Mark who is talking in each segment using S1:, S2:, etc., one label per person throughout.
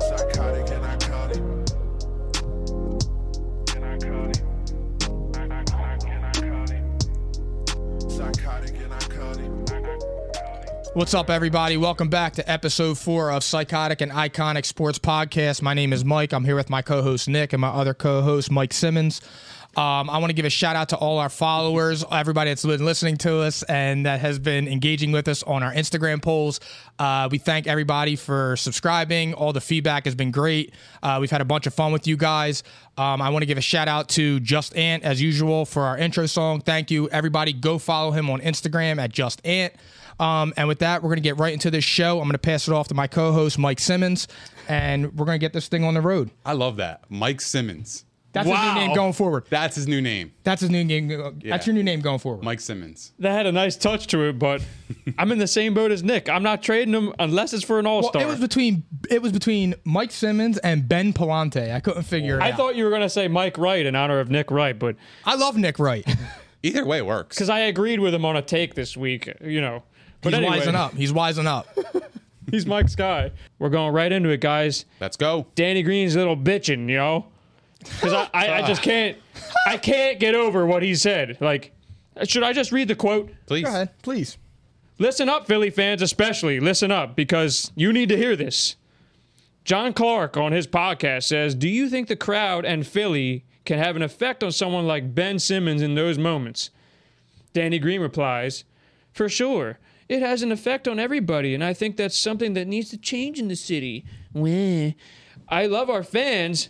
S1: Psychotic and iconic. And iconic. Iconic and iconic. Psychotic and iconic.
S2: What's up, everybody? Welcome back to episode four of Psychotic and Iconic Sports Podcast. My name is Mike. I'm here with my co host Nick and my other co host Mike Simmons. Um, I want to give a shout out to all our followers, everybody that's been listening to us and that has been engaging with us on our Instagram polls. Uh, we thank everybody for subscribing. All the feedback has been great. Uh, we've had a bunch of fun with you guys. Um, I want to give a shout out to Just Ant, as usual, for our intro song. Thank you, everybody. Go follow him on Instagram at Just Ant. Um, and with that, we're going to get right into this show. I'm going to pass it off to my co host, Mike Simmons, and we're going to get this thing on the road.
S3: I love that. Mike Simmons.
S2: That's his new name going forward.
S3: That's his new name.
S2: That's his new name. uh, That's your new name going forward.
S3: Mike Simmons.
S4: that had a nice touch to it, but I'm in the same boat as Nick. I'm not trading him unless it's for an all
S2: Well,
S4: star.
S2: it was between it was between Mike Simmons and Ben Palante. I couldn't figure it
S4: I
S2: out.
S4: thought you were gonna say Mike Wright in honor of Nick Wright, but
S2: I love Nick Wright.
S3: Either way works.
S4: because I agreed with him on a take this week, you know. But
S2: He's
S4: anyway,
S2: wising up. He's wising up.
S4: he's Mike's guy. We're going right into it, guys.
S3: Let's go.
S4: Danny Green's a little bitching, you know, because I, I, I just can't I can't get over what he said. Like, should I just read the quote?
S3: Please.
S2: Go ahead, please.
S4: Listen up, Philly fans, especially. Listen up because you need to hear this. John Clark on his podcast says, Do you think the crowd and Philly can have an effect on someone like Ben Simmons in those moments? Danny Green replies, For sure. It has an effect on everybody, and I think that's something that needs to change in the city. Wah. I love our fans,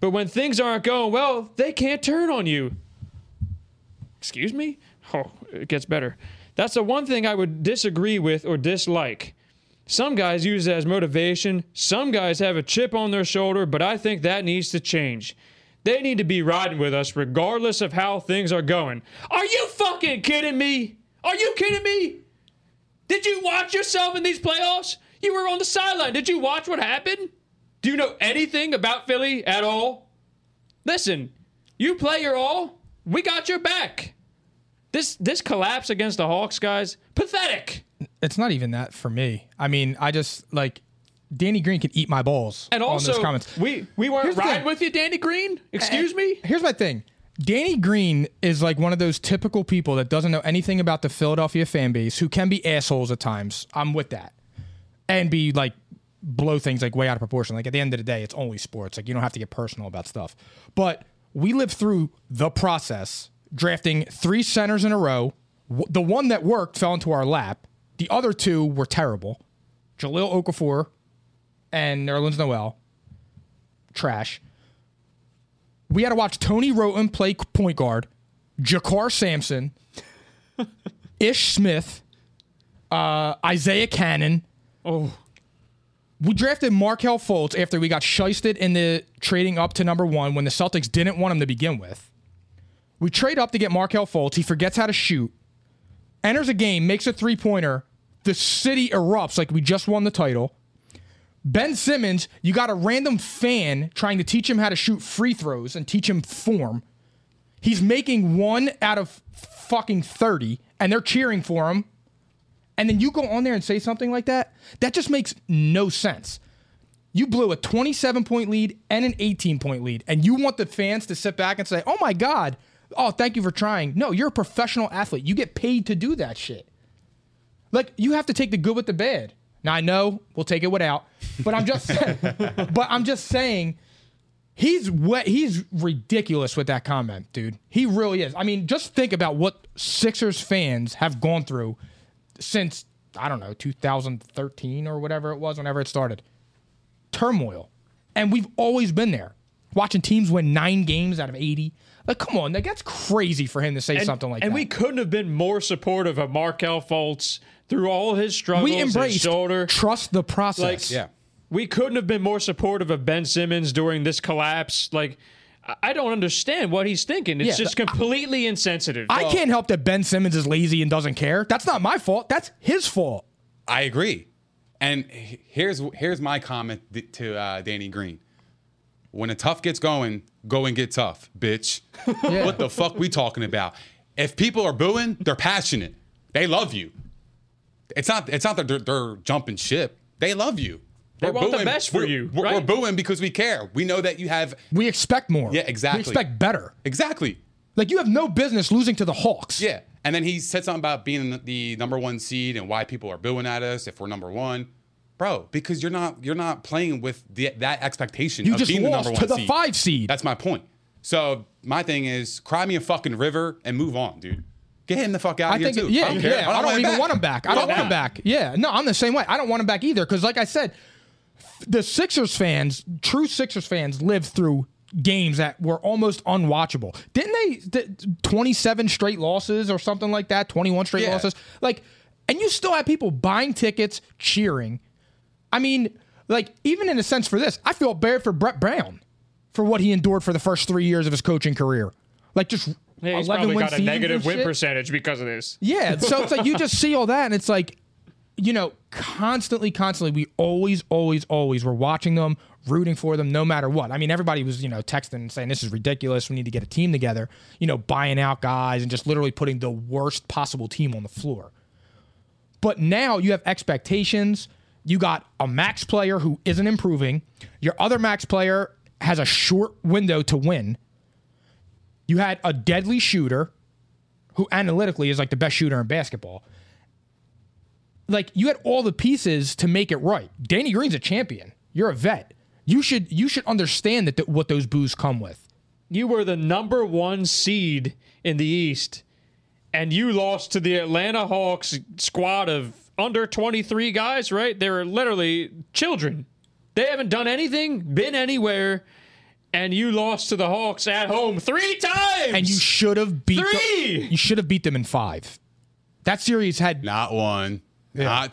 S4: but when things aren't going well, they can't turn on you. Excuse me? Oh, it gets better. That's the one thing I would disagree with or dislike. Some guys use it as motivation, some guys have a chip on their shoulder, but I think that needs to change. They need to be riding with us regardless of how things are going. Are you fucking kidding me? Are you kidding me? Did you watch yourself in these playoffs? You were on the sideline. Did you watch what happened? Do you know anything about Philly at all? Listen, you play your all, we got your back. This this collapse against the Hawks, guys, pathetic.
S2: It's not even that for me. I mean, I just like Danny Green can eat my balls.
S4: And
S2: on those
S4: also,
S2: comments.
S4: we we weren't
S2: Here's the
S4: riding
S2: thing.
S4: with you, Danny Green. Excuse me.
S2: Here's my thing. Danny Green is like one of those typical people that doesn't know anything about the Philadelphia fan base who can be assholes at times. I'm with that. And be like blow things like way out of proportion. Like at the end of the day, it's only sports. Like you don't have to get personal about stuff. But we lived through the process drafting three centers in a row. W- The one that worked fell into our lap. The other two were terrible. Jaleel Okafor and Nerlens Noel. Trash. We had to watch Tony Roten play point guard, Jakar Sampson, Ish Smith, uh, Isaiah Cannon.
S4: Oh,
S2: We drafted Markel Fultz after we got shysted in the trading up to number one when the Celtics didn't want him to begin with. We trade up to get Markel Fultz. He forgets how to shoot, enters a game, makes a three pointer. The city erupts like we just won the title. Ben Simmons, you got a random fan trying to teach him how to shoot free throws and teach him form. He's making one out of fucking 30, and they're cheering for him. And then you go on there and say something like that? That just makes no sense. You blew a 27 point lead and an 18 point lead, and you want the fans to sit back and say, oh my God, oh, thank you for trying. No, you're a professional athlete. You get paid to do that shit. Like, you have to take the good with the bad. Now, I know we'll take it without, but I'm just saying, but I'm just saying, he's wet, he's ridiculous with that comment, dude. He really is. I mean, just think about what Sixers fans have gone through since I don't know 2013 or whatever it was whenever it started turmoil and we've always been there watching teams win nine games out of 80. Like, come on, like, that's crazy for him to say
S4: And-
S2: something like
S4: and
S2: that.
S4: we couldn't have been more supportive of Markel Fultz through all his struggles.
S2: we embraced
S4: his shoulder.
S2: trust the process.
S4: Like, We couldn't have been more supportive of Ben Simmons during this collapse. Like, I- I don't understand what he's thinking. It's
S2: Yeah,
S4: just completely insensitive.
S2: I can't help that Ben Simmons is lazy and doesn't care. That's not my fault. That's his fault.
S3: I agree. And h- here's here's my comment th- to uh, Danny Green. When a tough gets going, go and get tough, bitch. What the fuck we talking about? If people are booing, they're passionate. They love you. It's not it's not that they're, they're jumping ship. They love you.
S4: They want the best for
S3: we're-
S4: you,
S3: We're,
S4: right?
S3: we're booing because we care. We know that you have
S2: We expect more.
S3: Yeah, exactly.
S2: We expect better.
S3: exactly.
S2: Like you have no business losing to the Hawks.
S3: Yeah. And then he said something about being the- the number one seed and why people are booing at us if we're number one. Bro, because you're not you're not playing with the, that expectation
S2: You
S3: of
S2: just
S3: being the number
S2: lost
S3: one
S2: to the
S3: seed.
S2: five seed.
S3: That's my point. So my thing is cry me a fucking river and move on, dude. Get him the fuck out
S2: I
S3: of here
S2: think,
S3: too.
S2: yeah,
S3: I don't, care.
S2: yeah. I don't, even want him back. I don't
S3: Fuck
S2: want
S3: that.
S2: him back. Yeah, no, I'm the same way. I don't want him back either. Because, like I said, f- the Sixers fans, true Sixers fans, lived through games that were almost unwatchable. Didn't they? th- 27 straight losses or something like that. 21 straight
S3: Yeah.
S2: losses. Like, and you still have people buying tickets, cheering. I mean, like, even in a sense for this, I feel bad for Brett Brown for what he endured for the first three years of his coaching career. Like, just
S4: Yeah,
S2: 11
S4: he's probably
S2: win
S4: got a
S2: seasons
S4: negative
S2: and
S4: win
S2: shit.
S4: percentage because of this.
S2: Yeah. So it's like you just see all that and it's like, you know, constantly, constantly, we always, always, always were watching them, rooting for them, no matter what. I mean, everybody was, you know, texting and saying, this is ridiculous. We need to get a team together, you know, buying out guys and just literally putting the worst possible team on the floor. But now you have expectations. You got a max player who isn't improving. Your other max player has a short window to win. You had a deadly shooter who analytically is like the best shooter in basketball. Like you had all the pieces to make it right. Danny Green's a champion. You're a vet. You should you should understand that th- what those boos come with.
S4: You were the number one seed in the East, and you lost to the Atlanta Hawks squad of under 23 guys, right? They were literally children. They haven't done anything, been anywhere, and you lost to the Hawks at home three times.
S2: And you should have beat
S4: Three!
S2: Them, you should have beat them in five. That series had
S3: Not one, not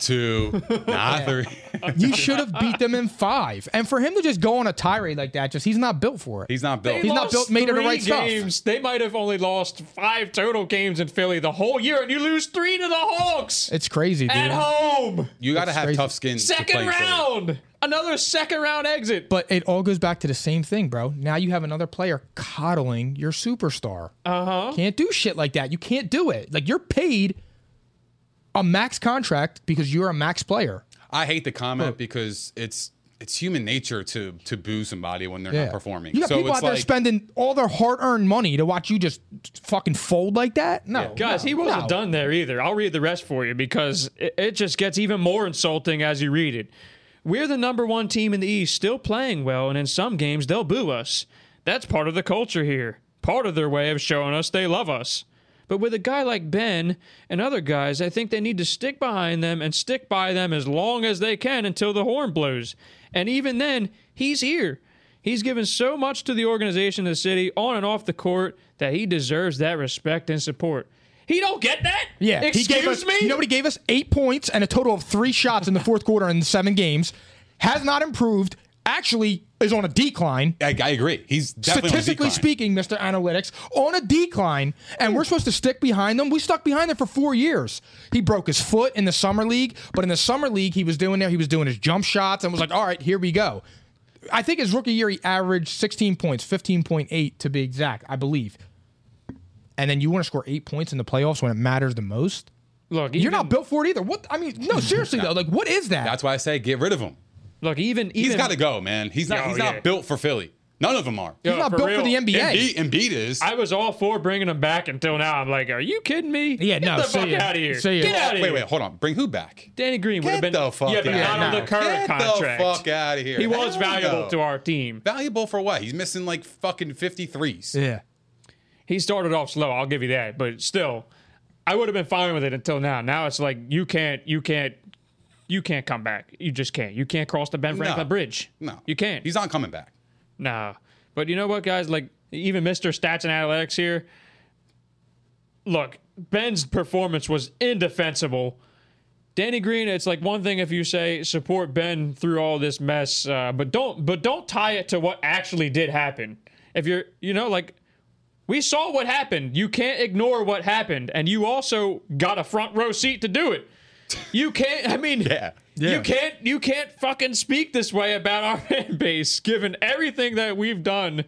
S3: two, not three.
S2: you should have beat them in five. And for him to just go on a tirade like that, just he's not built for it.
S3: He's not built.
S4: They
S2: He's not
S4: lost
S2: built- made it the
S4: three
S2: right stuff.
S4: games. They might have only lost five total games in Philly the whole year, and you lose three to the Hawks
S2: it's crazy, dude.
S4: at home.
S3: you gotta
S2: It's
S3: have
S2: crazy.
S3: tough skin. to play
S4: Second
S3: in Philly.
S4: round, another second round exit.
S2: But it all goes back to the same thing, bro. Now you have another player coddling your superstar. Uh
S4: Uh-huh.
S2: huh. Can't do shit like that. You can't do it. Like you're paid a max contract because you're a max player.
S3: I hate the comment because it's it's human nature to to boo somebody when they're not performing.
S2: You got people
S3: it's
S2: out there spending all their hard earned money to watch you just fucking fold like that. No,
S4: Guys,
S2: no,
S4: he wasn't
S2: no.
S4: done there either. I'll read the rest for you because it, it just gets even more insulting as you read it. We're the number one team in the East, still playing well, and in some games they'll boo us. That's part of the culture here, part of their way of showing us they love us. But with a guy like Ben and other guys, I think they need to stick behind them and stick by them as long as they can until the horn blows. And even then, he's here. He's given so much to the organization, the city, on and off the court, that he deserves that respect and support. He don't get that.
S2: Yeah, he
S4: excuse
S2: gave us,
S4: me.
S2: You know what he gave us? Eight points and a total of three shots in the fourth quarter in seven games. Has not improved. Actually, is on a decline.
S3: I, I agree. He's definitely
S2: statistically
S3: on decline.
S2: speaking, Mr. Analytics, on a decline, and we're supposed to stick behind them. We stuck behind them for four years. He broke his foot in the summer league, but in the summer league, he was doing there. He was doing his jump shots and was like, "All right, here we go." I think his rookie year, he averaged 16 points, 15.8 to be exact, I believe. And then you want to score eight points in the playoffs when it matters the most?
S4: Look,
S2: You're
S4: even-
S2: not built for it either. What? I mean, no, seriously though, like what is that?
S3: That's why I say get rid of him.
S4: Look, even even
S3: He's got to go, man. He's not.
S4: Yo,
S3: he's
S4: yeah.
S3: not built for Philly. None of them are.
S2: He's not
S4: for
S2: built for
S4: real.
S2: the NBA.
S3: Embiid, Embiid is.
S4: I was all for bringing him back until now. I'm like, are you kidding me?
S2: Yeah,
S4: Get
S2: no,
S4: the
S2: see
S4: fuck
S2: ya.
S4: out of here.
S2: See ya.
S4: Get out of
S3: wait,
S4: here.
S3: wait, hold on. Bring who back?
S4: Danny Green would
S3: Get
S4: have been
S3: the fuck
S4: yeah, but
S3: out.
S4: not on
S2: no.
S4: the current
S3: Get
S4: contract.
S3: the fuck out of here.
S4: He was
S3: Hell
S4: valuable
S3: no.
S4: to our team.
S3: Valuable for what? He's missing like fucking 53s.
S2: yeah.
S4: He started off slow, I'll give you that, but still, I would have been fine with it until now. Now it's like you can't, you can't, you can't come back. You just can't. You can't cross the Ben Franklin Bridge.
S3: No.
S4: you can't.
S3: He's not coming back.
S4: Nah. But you know what, guys? Like even Mr. Stats and Analytics here. Look, Ben's performance was indefensible. Danny Green, it's like one thing if you say support Ben through all this mess, uh, but don't but don't tie it to what actually did happen. If you're you know like we saw what happened. You can't ignore what happened, and you also got a front row seat to do it. You can't. I mean,
S3: Yeah. Yeah.
S4: you can't. You can't fucking speak this way about our fan base, given everything that we've done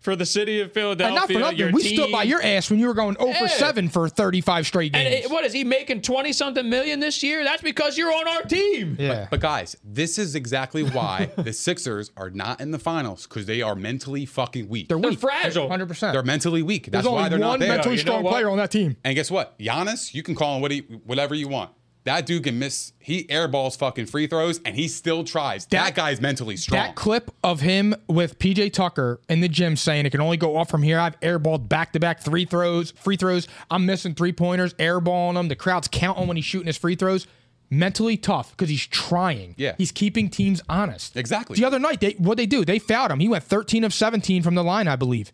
S4: for the city of
S2: And
S4: Philadelphia.
S2: not for nothing,
S4: your
S2: we
S4: team.
S2: stood by your ass when you were going 0 for
S4: Yeah.
S2: 7 for 35 straight
S4: And
S2: games.
S4: it- what is he making twenty something million this year? That's because you're on our team.
S2: yeah.
S3: But guys, this is exactly why the Sixers are not in the finals because they are mentally fucking weak. They're,
S4: They're fragile.
S2: 100%.
S3: mentally weak. That's
S2: There's
S3: why
S2: only
S3: they're
S2: one
S3: not there.
S2: mentally
S4: You know
S2: strong
S4: what?
S2: player on that team.
S3: And guess what? Giannis, you can call him what he, whatever you want. That dude can miss. He airballs fucking free throws, and he still tries. That,
S2: That-
S3: guy's mentally strong.
S2: That clip of him with PJ Tucker in the gym saying it can only go up from here. I've airballed back to back three throws, free throws. I'm missing three pointers, airballing them. The crowd's counting when he's shooting his free throws. Mentally tough because he's trying.
S3: Yeah.
S2: he's keeping teams honest.
S3: Exactly.
S2: The other night, they what they do? They fouled him. He went 13 of 17 from the line, I believe.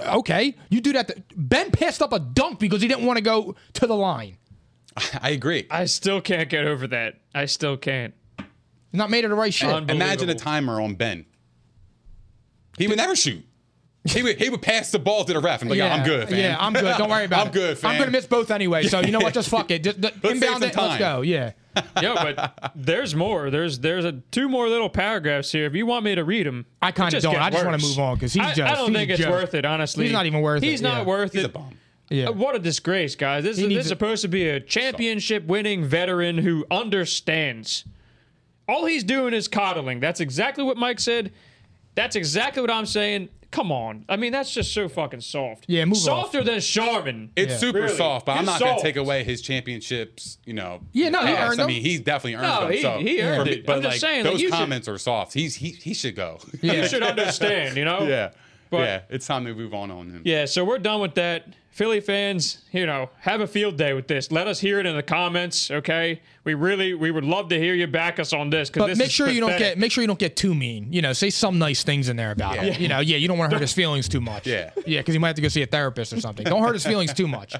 S2: Okay, you do that. to- ben passed up a dunk because he didn't want to go to the line.
S3: I agree.
S4: I still can't get over that. I still can't.
S2: Not made it a right shit.
S4: Unbelievable.
S3: Imagine a timer on Ben. He would never shoot. He would he would pass the ball to the ref and be like, "I'm good, man.
S2: Yeah, I'm good. Don't worry about
S3: I'm
S2: it.
S3: good, fam.
S2: I'm gonna miss both anyway. So you know what? Just fuck it. Just the-
S3: save
S2: inbound
S3: some
S2: it. Let's
S3: time.
S2: go. Yeah.
S4: yeah, but there's more. There's there's a, two more little paragraphs here. If you want me to read them,
S2: I kinda don't. I just wanna move on 'cause he's
S4: I,
S2: just-
S4: I don't
S2: he's
S4: think
S2: a
S4: it's
S2: joke.
S4: worth it. Honestly,
S2: He's not even worth
S4: He's
S2: it,
S4: not
S2: yeah.
S4: worth
S3: He's a
S4: it.
S3: bomb."
S2: Yeah.
S4: Uh, What a disgrace, guys! This, is
S2: needs
S4: this is
S2: a-
S4: supposed to be a championship-winning veteran who understands. All he's doing is coddling. That's exactly what Mike said. That's exactly what I'm saying. Come on, I mean that's just so fucking soft.
S2: Yeah, move off.
S4: softer than Charmin.
S3: It's super
S4: Really.
S3: soft, but I'm
S4: He's
S3: not
S4: soft.
S3: gonna take away his championships. You know.
S2: Yeah, no, he
S3: past.
S2: earned
S3: I
S2: them.
S3: mean, he's definitely earned
S4: No,
S3: them.
S4: he-
S3: so
S4: he earned
S3: for me-
S4: it.
S3: But
S4: I'm
S3: like
S4: just saying, like,
S3: those
S4: you should-
S3: comments are soft. He's he he should go.
S4: you should understand. You know.
S3: yeah,
S4: But-
S3: yeah. It's time to move on on him.
S4: Yeah, so we're done with that. Philly fans, you know, have a field day with this. Let us hear it in the comments, okay? We really, we would love to hear you back us on this. 'cause
S2: But
S4: this
S2: make
S4: is
S2: sure you don't
S4: pathetic.
S2: get make sure you don't get too mean. You know, say some nice things in there about him. You know, yeah, you don't want to hurt his feelings too much.
S3: Yeah.
S2: yeah, because he might have to go see a therapist or something. Don't hurt his feelings too much.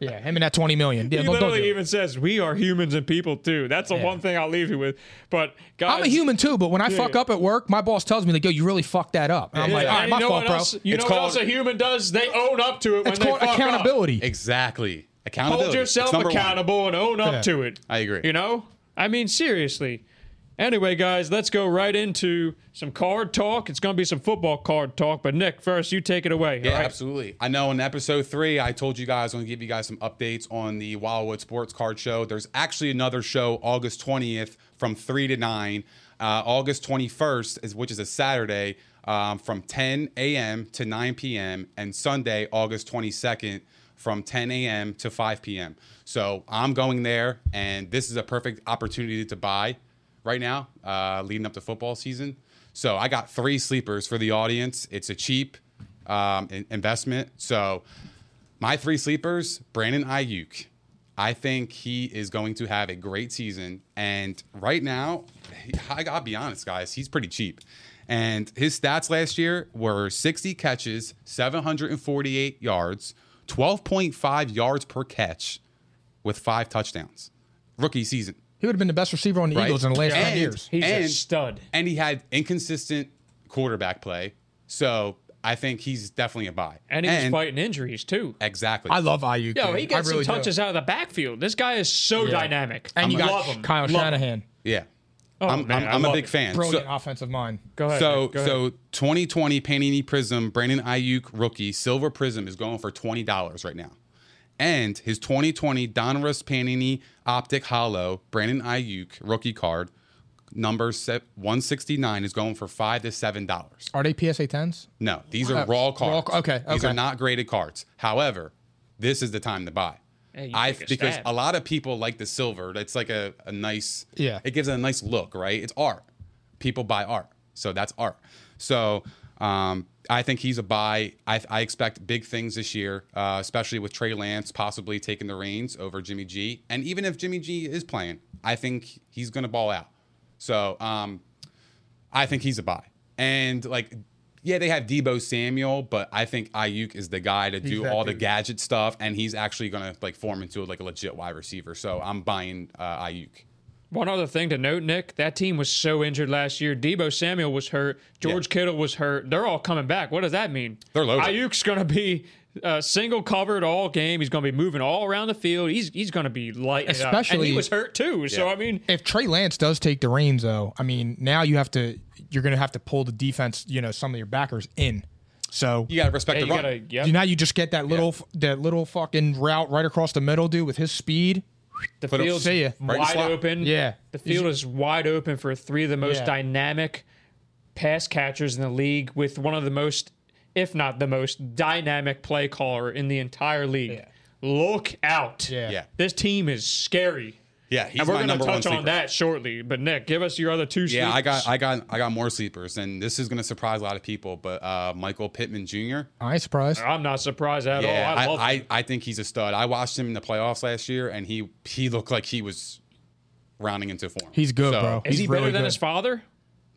S2: Yeah, him and that twenty million. Yeah,
S4: He
S2: don't, don't
S4: literally
S2: do it.
S4: even says we are humans and people too. That's the one thing I'll leave you with. But guys,
S2: I'm a human too, but when I fuck
S4: yeah.
S2: up at work, my boss tells me like, "Yo, you really fucked that up." And I'm
S4: Yeah.
S2: like, "All right,
S4: And
S2: my
S4: you know
S2: fault,
S4: what
S2: bro."
S4: else? You
S3: It's
S4: know
S3: called-
S4: what else a human does? They own up to it when
S2: it's
S4: they
S2: called
S4: fuck up.
S2: accountability.
S3: Exactly. Accountability.
S4: Hold yourself
S3: It's number one.
S4: accountable and own up
S2: Yeah.
S4: to it.
S3: I agree.
S4: You know? I mean, seriously. Anyway, guys, let's go right into some card talk. It's going to be some football card talk, but Nick, first, you take it away.
S3: Yeah,
S4: all right?
S3: absolutely. I know in episode three, I told you guys I'm gonna give you guys some updates on the Wildwood Sports Card Show. There's actually another show August 20th from three to nine. Uh, August 21st is which is a Saturday um, from 10 a.m. to 9 p.m. and Sunday, August 22nd from 10 a.m. to 5 p.m. So I'm going there, and this is a perfect opportunity to buy right now, uh, leading up to football season. So I got three sleepers for the audience. It's a cheap um, in- investment. So my three sleepers: Brandon Ayuk. I think he is going to have a great season. And right now, I gotta be honest, guys, he's pretty cheap. And his stats last year were 60 catches, 748 yards, 12.5 yards per catch, with five touchdowns. Rookie season.
S2: He would have been the best receiver on the
S3: Right.
S2: Eagles in the last
S3: And-
S2: ten years.
S4: He's a
S3: and-
S4: stud.
S3: And he had inconsistent quarterback play. So I think he's definitely a buy.
S4: And he was fighting injuries, too.
S3: Exactly.
S2: I love IU.
S4: Yo,
S2: dude.
S4: he
S2: I
S4: gets
S2: really do.
S4: some touches out of the backfield. This guy is so dynamic.
S2: and you
S4: I
S2: got
S4: love him.
S2: Kyle
S4: Love him.
S2: Shanahan,
S3: Yeah.
S4: Oh,
S3: I'm,
S4: man,
S3: I'm,
S4: I
S3: I'm a
S4: love
S3: big
S4: it.
S3: fan.
S2: brilliant
S3: So,
S2: offensive mind.
S4: Go ahead.
S3: so,
S4: Nick, go ahead.
S3: so 2020 Panini Prism, Brandon Ayuk rookie, Silver Prism is going for $20 right now. And his 2020 Donruss Panini Optic Hollow, Brandon Ayuk rookie card, number se- 169 is going for 5 to $7.
S2: Are they PSA tens?
S3: No, these are raw cards.
S2: Uh, ca- okay,
S3: These are
S2: okay.
S3: not graded cards. However, this is the time to buy.
S4: Hey, you
S3: I
S4: take a
S3: because
S4: stab.
S3: a lot of people like the silver. That's like a, a nice
S2: Yeah.
S3: It gives it a nice look, right? It's art. People buy art, so that's art. So um, I think he's a buy. I, I expect big things this year, uh, especially with Trey Lance possibly taking the reins over Jimmy G. And even if Jimmy G is playing, I think he's going to ball out. So um, I think he's a buy. And like yeah, they have Debo Samuel, but I think Ayuk is the guy to do
S5: that
S3: all the
S5: dude.
S3: gadget stuff, and he's actually gonna like form into like a legit wide receiver. So I'm buying uh, Ayuk.
S4: One other thing to note, Nick, that team was so injured last year. Debo Samuel was hurt. George Kittle was hurt. They're all coming back. What does that mean?
S3: They're loaded.
S4: Ayuk's going to be uh, single covered all game. He's going to be moving all around the field. He's he's going to be light. and
S2: Especially-
S4: he was hurt too. So I mean,
S2: if Trey Lance does take the reins, though, I mean, now you have to, you're going to have to pull the defense, you know, some of your backers in. So
S3: You gotta respect the
S4: yeah, you
S3: run.
S4: got to. Yep.
S2: now you just get that little, f that little fucking route right across the middle, dude, with his speed.
S4: the
S3: put up-
S4: field's
S2: See ya.
S3: Right in the
S4: wide
S3: slot.
S4: open.
S2: Yeah.
S4: the field is wide open for three of the most
S2: Yeah.
S4: dynamic pass catchers in the league, with one of the most, if not the most, dynamic play caller in the entire league. Look out!
S2: Yeah.
S3: Yeah.
S4: This team is scary.
S3: Yeah, he's
S4: and we're
S3: my
S4: going to
S3: number one
S4: touch
S3: sleeper.
S4: on that shortly. But Nick, give us your other two.
S3: Yeah, I
S4: sleepers.
S3: got, I got, I got more sleepers, and this is gonna surprise a lot of people. But uh, Michael Pittman Jr.
S2: I ain't surprised.
S4: I'm not surprised at
S3: Yeah,
S4: all. Oh, I, love
S3: I,
S4: him.
S3: I, I think he's a stud. I watched him in the playoffs last year, and he he looked like he was rounding into form.
S2: He's good,
S3: So,
S2: bro.
S4: Is
S2: He's
S4: he better
S2: really
S4: than
S2: good.
S4: his father?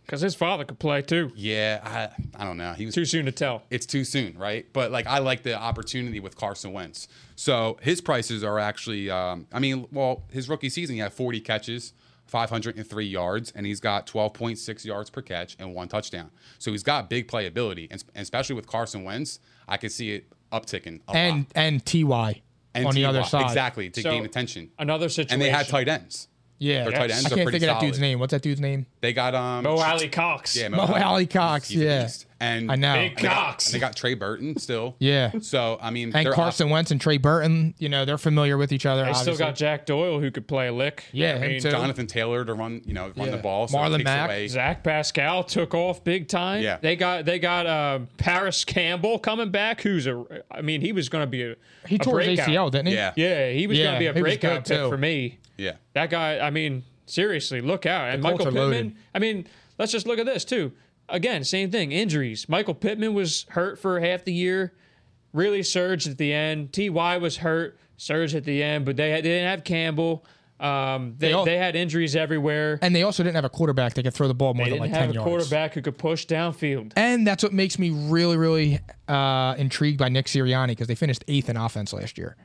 S4: Because his father could play too.
S3: Yeah, I, I don't know. He was.
S4: Too soon to tell.
S3: it's too soon, right? But like, I like the opportunity with Carson Wentz. So his prices are actually. Um, I mean, well, his rookie season, he had 40 catches. 503 yards, and he's got 12.6 yards per catch and one touchdown. So he's got big playability, and, and especially with Carson Wentz, I can see it upticking a
S2: and
S3: lot.
S2: and Ty
S3: And
S2: on the
S3: T.Y.,
S2: other side.
S3: exactly to
S4: So,
S3: gain attention.
S4: Another situation.
S3: and they had tight ends.
S2: Yeah,
S3: Their tight ends
S2: I can't
S3: are pretty
S2: think of that dude's
S3: solid.
S2: name. What's that dude's name?
S3: They got um
S4: Bo Alley Oh, Cox.
S3: yeah,
S2: Mo Alley Cox.
S3: He's a
S2: Yeah,
S3: beast. and
S2: I know.
S4: Big
S3: and they got-
S4: Cox.
S3: and they got Trey Burton still.
S2: Yeah.
S3: So I mean,
S2: And
S3: they're
S2: Carson Wentz and Trey Burton, you know, they're familiar with each other.
S4: They
S2: obviously.
S4: still got Jack Doyle who could play a lick.
S2: Yeah,
S4: I
S2: him
S4: mean,
S2: too.
S3: op- Jonathan Taylor to run, you know, run
S2: Yeah.
S3: the ball. So it
S2: Marlon
S3: takes
S2: Mack.
S3: away-
S4: Zach Pascal took off big time.
S3: Yeah.
S4: They got they got uh, Paris Campbell coming back, who's a I mean, he was gonna be a
S2: He
S4: a
S2: tore his
S4: breakout.
S2: ACL, didn't he?
S3: Yeah.
S4: Yeah, he was
S2: Yeah,
S4: gonna be a
S2: he was good
S4: breakout pick
S2: too.
S4: for me.
S3: Yeah.
S4: That guy, I mean, seriously, look out. And
S2: Colts
S4: Michael
S2: are
S4: Pittman,
S2: loaded.
S4: I mean, let's just look at this too. Again, same thing, injuries. Michael Pittman was hurt for half the year, really surged at the end. Ty was hurt, surged at the end, but they, had, they didn't have Campbell. Um,
S2: They
S4: they, they,
S2: all-
S4: had injuries everywhere.
S2: And they also didn't have a quarterback that could throw the ball more
S4: They
S2: than
S4: didn't
S2: like
S4: have
S2: ten
S4: a
S2: yards.
S4: quarterback who could push downfield.
S2: And that's what makes me really, really uh, intrigued by Nick Sirianni because they finished eighth in offense last year.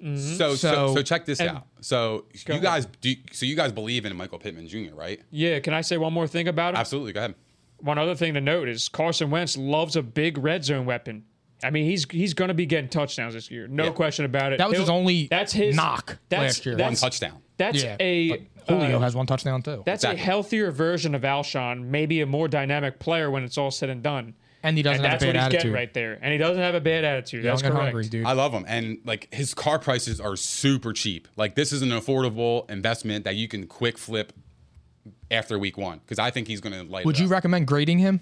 S3: So, so
S2: Mm-hmm. So-
S3: so check this out. So you
S4: ahead.
S3: guys do so you guys believe in Michael Pittman Jr. right?
S4: Yeah, can I say one more thing about him?
S3: Absolutely. Go ahead.
S4: One other thing to note is Carson Wentz loves a big red zone weapon. I mean, he's he's going to be getting touchdowns this year, no question about it.
S2: That was
S4: He'll-
S2: his only knock
S4: that's,
S2: last year.
S3: One
S4: That's,
S3: touchdown.
S4: that's
S2: yeah,
S4: a
S2: but oh, Julio
S4: uh,
S2: has one touchdown too,
S4: that's
S3: Exactly.
S4: a healthier version of Alshon, maybe a more dynamic player when it's all said and done.
S2: and he doesn't
S4: And
S2: have
S4: that's
S2: a
S4: what
S2: bad
S4: he's
S2: attitude.
S4: getting right there, and he doesn't have a bad attitude.
S2: Young
S4: that's
S2: and
S4: correct.
S2: hungry, dude.
S3: I love him, and like his car prices are super cheap. Like this is an affordable investment that you can quick flip after week one because I think he's going to light.
S2: Would
S3: it
S2: you
S3: up.
S2: recommend grading him?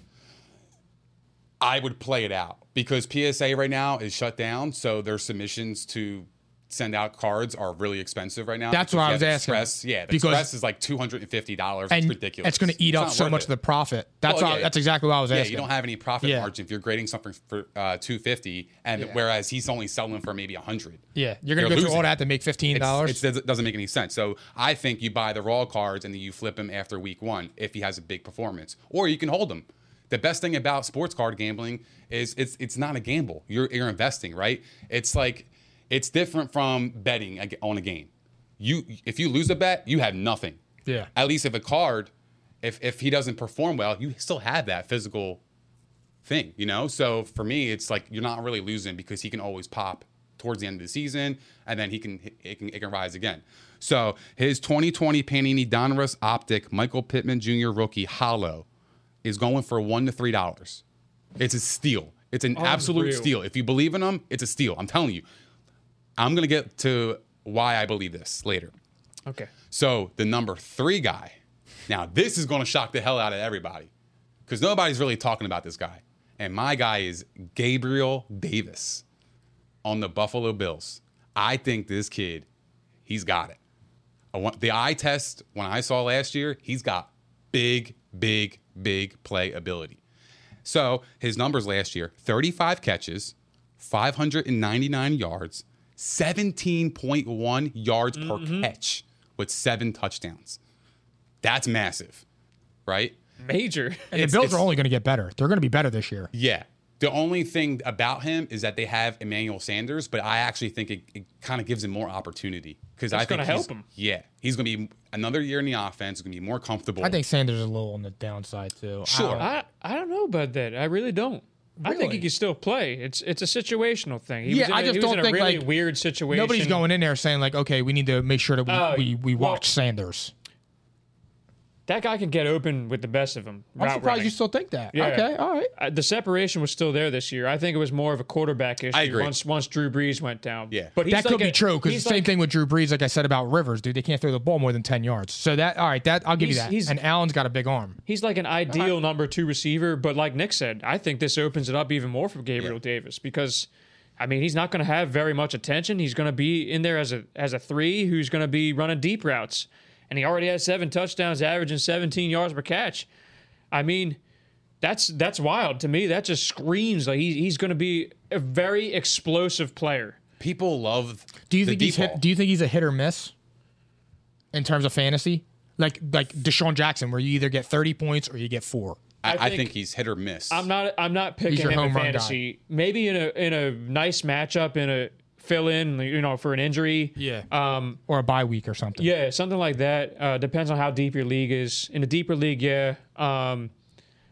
S3: I would play it out because PSA right now is shut down, so their submissions to send out cards are really expensive right now.
S2: That's what
S3: because
S2: I
S3: you
S2: was asking.
S3: have Express, yeah, the
S2: Because-
S3: Express is like two hundred and fifty dollars. It's
S2: And
S3: ridiculous.
S2: It's going to eat
S3: It's
S2: up
S3: not
S2: so
S3: worth
S2: much
S3: it.
S2: of the profit. That's
S3: Well,
S2: why-
S3: yeah.
S2: that's exactly what I was
S3: Yeah,
S2: asking.
S3: you don't have any profit
S2: Yeah.
S3: margin if you're grading something for uh, two fifty, and whereas he's only selling for maybe a hundred.
S2: Yeah, you're going to go through all that to make fifteen
S3: It's,
S2: dollars.
S3: it's- it doesn't make any sense. So I think you buy the raw cards and then you flip him after week one if he has a big performance, or you can hold him. The best thing about sports card gambling is it's it's not a gamble. You're you're investing, right? It's like it's different from betting ag- on a game. You if you lose a bet, you have nothing.
S2: Yeah.
S3: At least if a card, if if he doesn't perform well, you still have that physical thing, you know? So for me, it's like you're not really losing because he can always pop towards the end of the season and then he can it can, it can rise again. So his 2020 Panini Donruss Optic Michael Pittman Jr. rookie hollow is going for 1 to 3 dollars. It's a steal. It's an absolute
S4: Unreal.
S3: steal. If you believe in him, it's a steal. I'm telling you. I'm going to get to why I believe this later.
S4: Okay,
S3: So the number three guy. Now this is going to shock the hell out of everybody because nobody's really talking about this guy. And my guy is Gabriel Davis on the Buffalo Bills. I think this kid, he's got it. I want the eye test when I saw last year, he's got big, big, big play ability. So his numbers last year 35 catches, 599 yards, 17.1 yards
S4: Mm-hmm.
S3: per catch with seven touchdowns. That's massive, right?
S4: major.
S2: And the
S3: It's-
S2: Bills
S3: it's-
S2: are only going to get better. They're going to be better this year.
S3: Yeah. The only thing about him is that they have Emmanuel Sanders, but I actually think it, it kind of gives him more opportunity because I
S4: That's
S3: think
S4: gonna
S3: he's-
S4: help him.
S3: Yeah, he's going to be another year in the offense. Going to be more comfortable.
S2: I think Sanders is a little on the downside too. I
S3: Sure.
S2: don't-
S4: I I don't know about that. I really don't. I think
S2: Really?
S4: he can still play. It's it's a situational thing. He
S2: Yeah,
S4: was in
S2: I
S4: a-
S2: just
S4: he was
S2: don't
S4: in
S2: think,
S4: a really
S2: like,
S4: weird situation.
S2: Nobody's going in there saying like, okay, we need to make sure that we
S4: Oh,
S2: we, we
S4: well-
S2: watch Sanders.
S4: That guy can get open with the best of them.
S2: I'm surprised you still think that.
S4: Yeah.
S2: Okay, all right.
S4: uh, the separation was still there this year. I think it was more of a quarterback issue.
S3: I agree.
S4: Once once Drew Brees went down.
S3: Yeah.
S4: but he's
S2: that could
S4: like
S2: be
S4: a-
S2: true because the
S4: he's
S2: same
S4: like-
S2: thing with Drew Brees, like I said about Rivers, dude, they can't throw the ball more than ten yards. So that, all right, that I'll give you
S4: He's-
S2: that.
S4: he's-
S2: and Allen's got a big arm.
S4: He's like
S2: Uh-huh.
S4: an ideal number two receiver, but like Nick said, I think this opens it up even more for Gabriel Davis because, I mean, he's not going to have very much attention. He's going to be in there as a as a three who's going to be running deep routes, and he already has seven touchdowns, averaging 17 yards per catch. I mean, that's that's wild to me. That just screams like he, he's going to be a very explosive player.
S3: people love.
S2: Do you
S3: the
S2: think
S3: deep
S2: he's
S3: ball.
S2: hit, do you think he's a hit or miss in terms of fantasy? Like like Deshaun Jackson, where you either get thirty points or you get four.
S3: I, I
S4: think-
S3: think, he's hit or miss.
S4: I'm not. I'm not picking
S2: your
S4: him in
S2: home run guy.
S4: fantasy. Maybe in a in a nice matchup in a fill in, you know, for an injury.
S2: Yeah.
S4: Um.
S2: or a bye week or something.
S4: Yeah, something like that. Uh, depends on how deep your league is. In a deeper league, yeah. Um,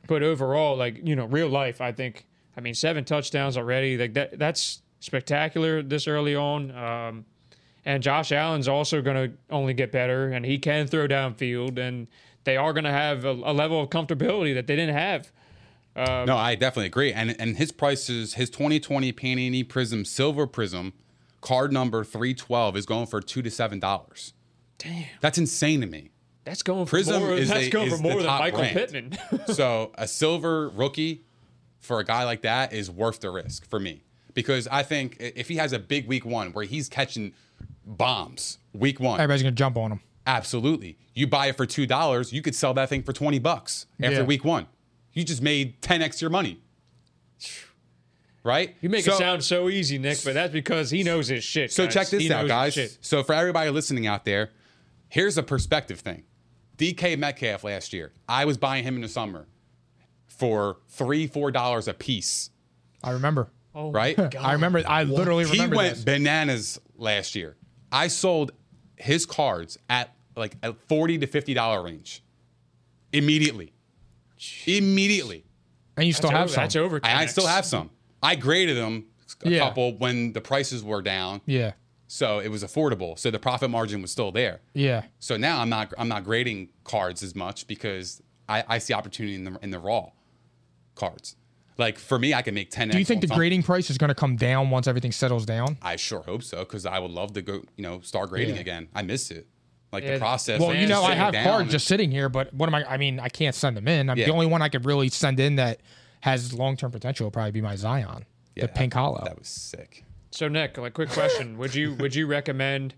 S4: but overall, like you know, real life, I think. I mean, seven touchdowns already. Like that. That's spectacular this early on. Um, and Josh Allen's also going to only get better, and he can throw downfield, and they are going to have a, a level of comfortability that they didn't have.
S3: no, I definitely agree. And and his prices, his 2020 Panini Prism Silver Prism card number 312 is going for two to seven dollars. Damn, that's insane to me.
S4: That's going for
S3: Prism
S4: more.
S3: is
S4: that's
S3: a-
S4: going
S3: is
S4: for more
S3: the
S4: than
S3: top
S4: Michael
S3: brand.
S4: Pittman.
S3: so a silver rookie for a guy like that is worth the risk for me because I think i- if he has a big week one where he's catching bombs week one,
S2: Everybody's gonna jump on him.
S3: absolutely. You buy it for two dollars, you could sell that thing for twenty bucks after
S2: Yeah.
S3: week one. You just made ten x your money, right?
S4: you make
S3: So-
S4: it sound so easy, Nick, but that's because he knows his shit.
S3: so
S4: guys.
S3: check this
S4: He knows
S3: out, guys.
S4: his shit.
S3: So for everybody listening out there, here's a perspective thing. DK Metcalf last year, I was buying him in the summer for three, four dollars a piece,
S2: I remember.
S3: right?
S2: Oh I remember. I literally
S3: He
S2: remember
S3: went
S2: this.
S3: bananas last year. I sold his cards at like a forty to fifty dollar range immediately. Immediately,
S2: and you still
S4: That's
S2: have
S4: over-
S2: some.
S4: That's over.
S3: and I
S4: 10x.
S3: still have some. I graded them a
S2: Yeah.
S3: couple when the prices were down,
S2: Yeah,
S3: so it was affordable. So the profit margin was still there.
S2: yeah.
S3: So now I'm not I'm not grading cards as much because I, I see opportunity in the in the raw cards. Like for me, I can make ten.
S2: Do you think the grading price is gonna come down once everything settles down?
S3: I sure hope so because I would love to go you know start grading
S2: Yeah.
S3: again. I miss it. Like
S4: Yeah,
S3: the process.
S2: Well,
S3: of
S2: you know,
S3: just
S2: I
S3: sitting
S2: have
S3: down
S2: cards
S3: and-
S2: just sitting here, but what am I? I mean, I can't send them in. I'm
S3: Yeah.
S2: the only one I could really send in that has long term potential. Would probably be my Zion, the pink hollow.
S3: That was sick.
S4: So Nick, like quick question: Would you would you recommend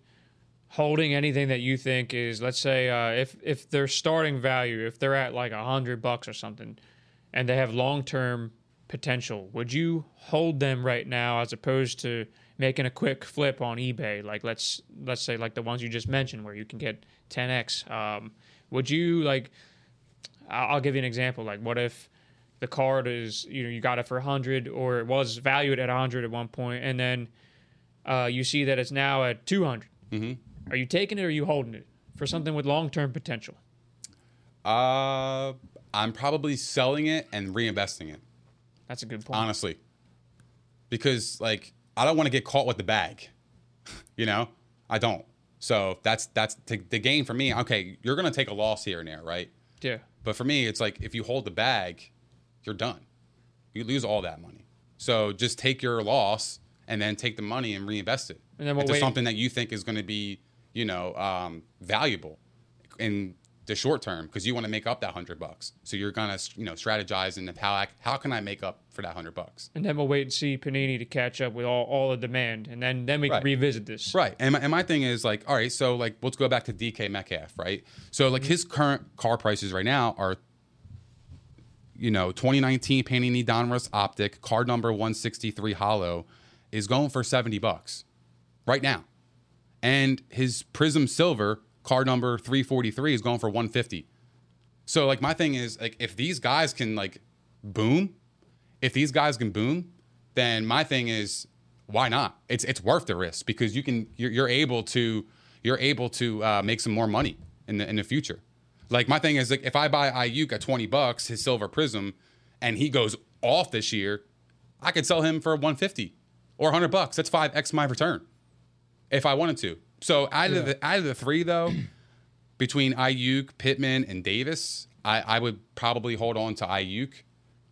S4: holding anything that you think is, let's say, uh, if if their starting value, if they're at like a hundred bucks or something, and they have long term potential, would you hold them right now as opposed to making a quick flip on eBay? Like let's let's say like the ones you just mentioned where you can get 10x. Um, would you like? I- I'll give you an example. Like, what if the card is you know you got it for 100 or it was valued at 100 at one point, and then uh, you see that it's now at 200. Mm-hmm. Are you taking it or are you holding it for something with long term potential?
S3: Uh, I'm probably selling it and reinvesting it.
S4: That's a good point.
S3: honestly. Because like I don't want to get caught with the bag. you know? I don't. So that's that's the, the game for me. Okay, you're going to take a loss here and there, right?
S4: yeah,
S3: But for me, it's like if you hold the bag, you're done. You lose all that money. So just take your loss and then take the money and reinvest it
S4: And then we'll
S3: into
S4: wait-
S3: something that you think is going to be, you know, um, valuable in the short term because you want to make up that hundred bucks. So you're gonna, you know, strategize and how I, how can I make up for that hundred bucks?
S4: and then we'll wait and see Panini to catch up with all, all the demand, and then then we
S3: Right.
S4: can revisit this.
S3: Right. And my, and my thing is like, all right, so like, let's go back to DK Metcalf, right? So like his current car prices right now are, you know, 2019 Panini Donruss Optic card number 163 Hollow is going for 70 bucks right now, and his Prism Silver card number 343 is going for 150. So like my thing is like if these guys can like boom, if these guys can boom, then my thing is why not? It's it's worth the risk because you can you're, you're able to you're able to uh, make some more money in the in the future. Like my thing is like if I buy Ayuk at twenty bucks his silver prism, and he goes off this year, I could sell him for one fifty or hundred bucks. That's five x my return if I wanted to. So out of the out of the three though, between Ayuk, Pittman, and Davis, I, I would probably hold on to Ayuk,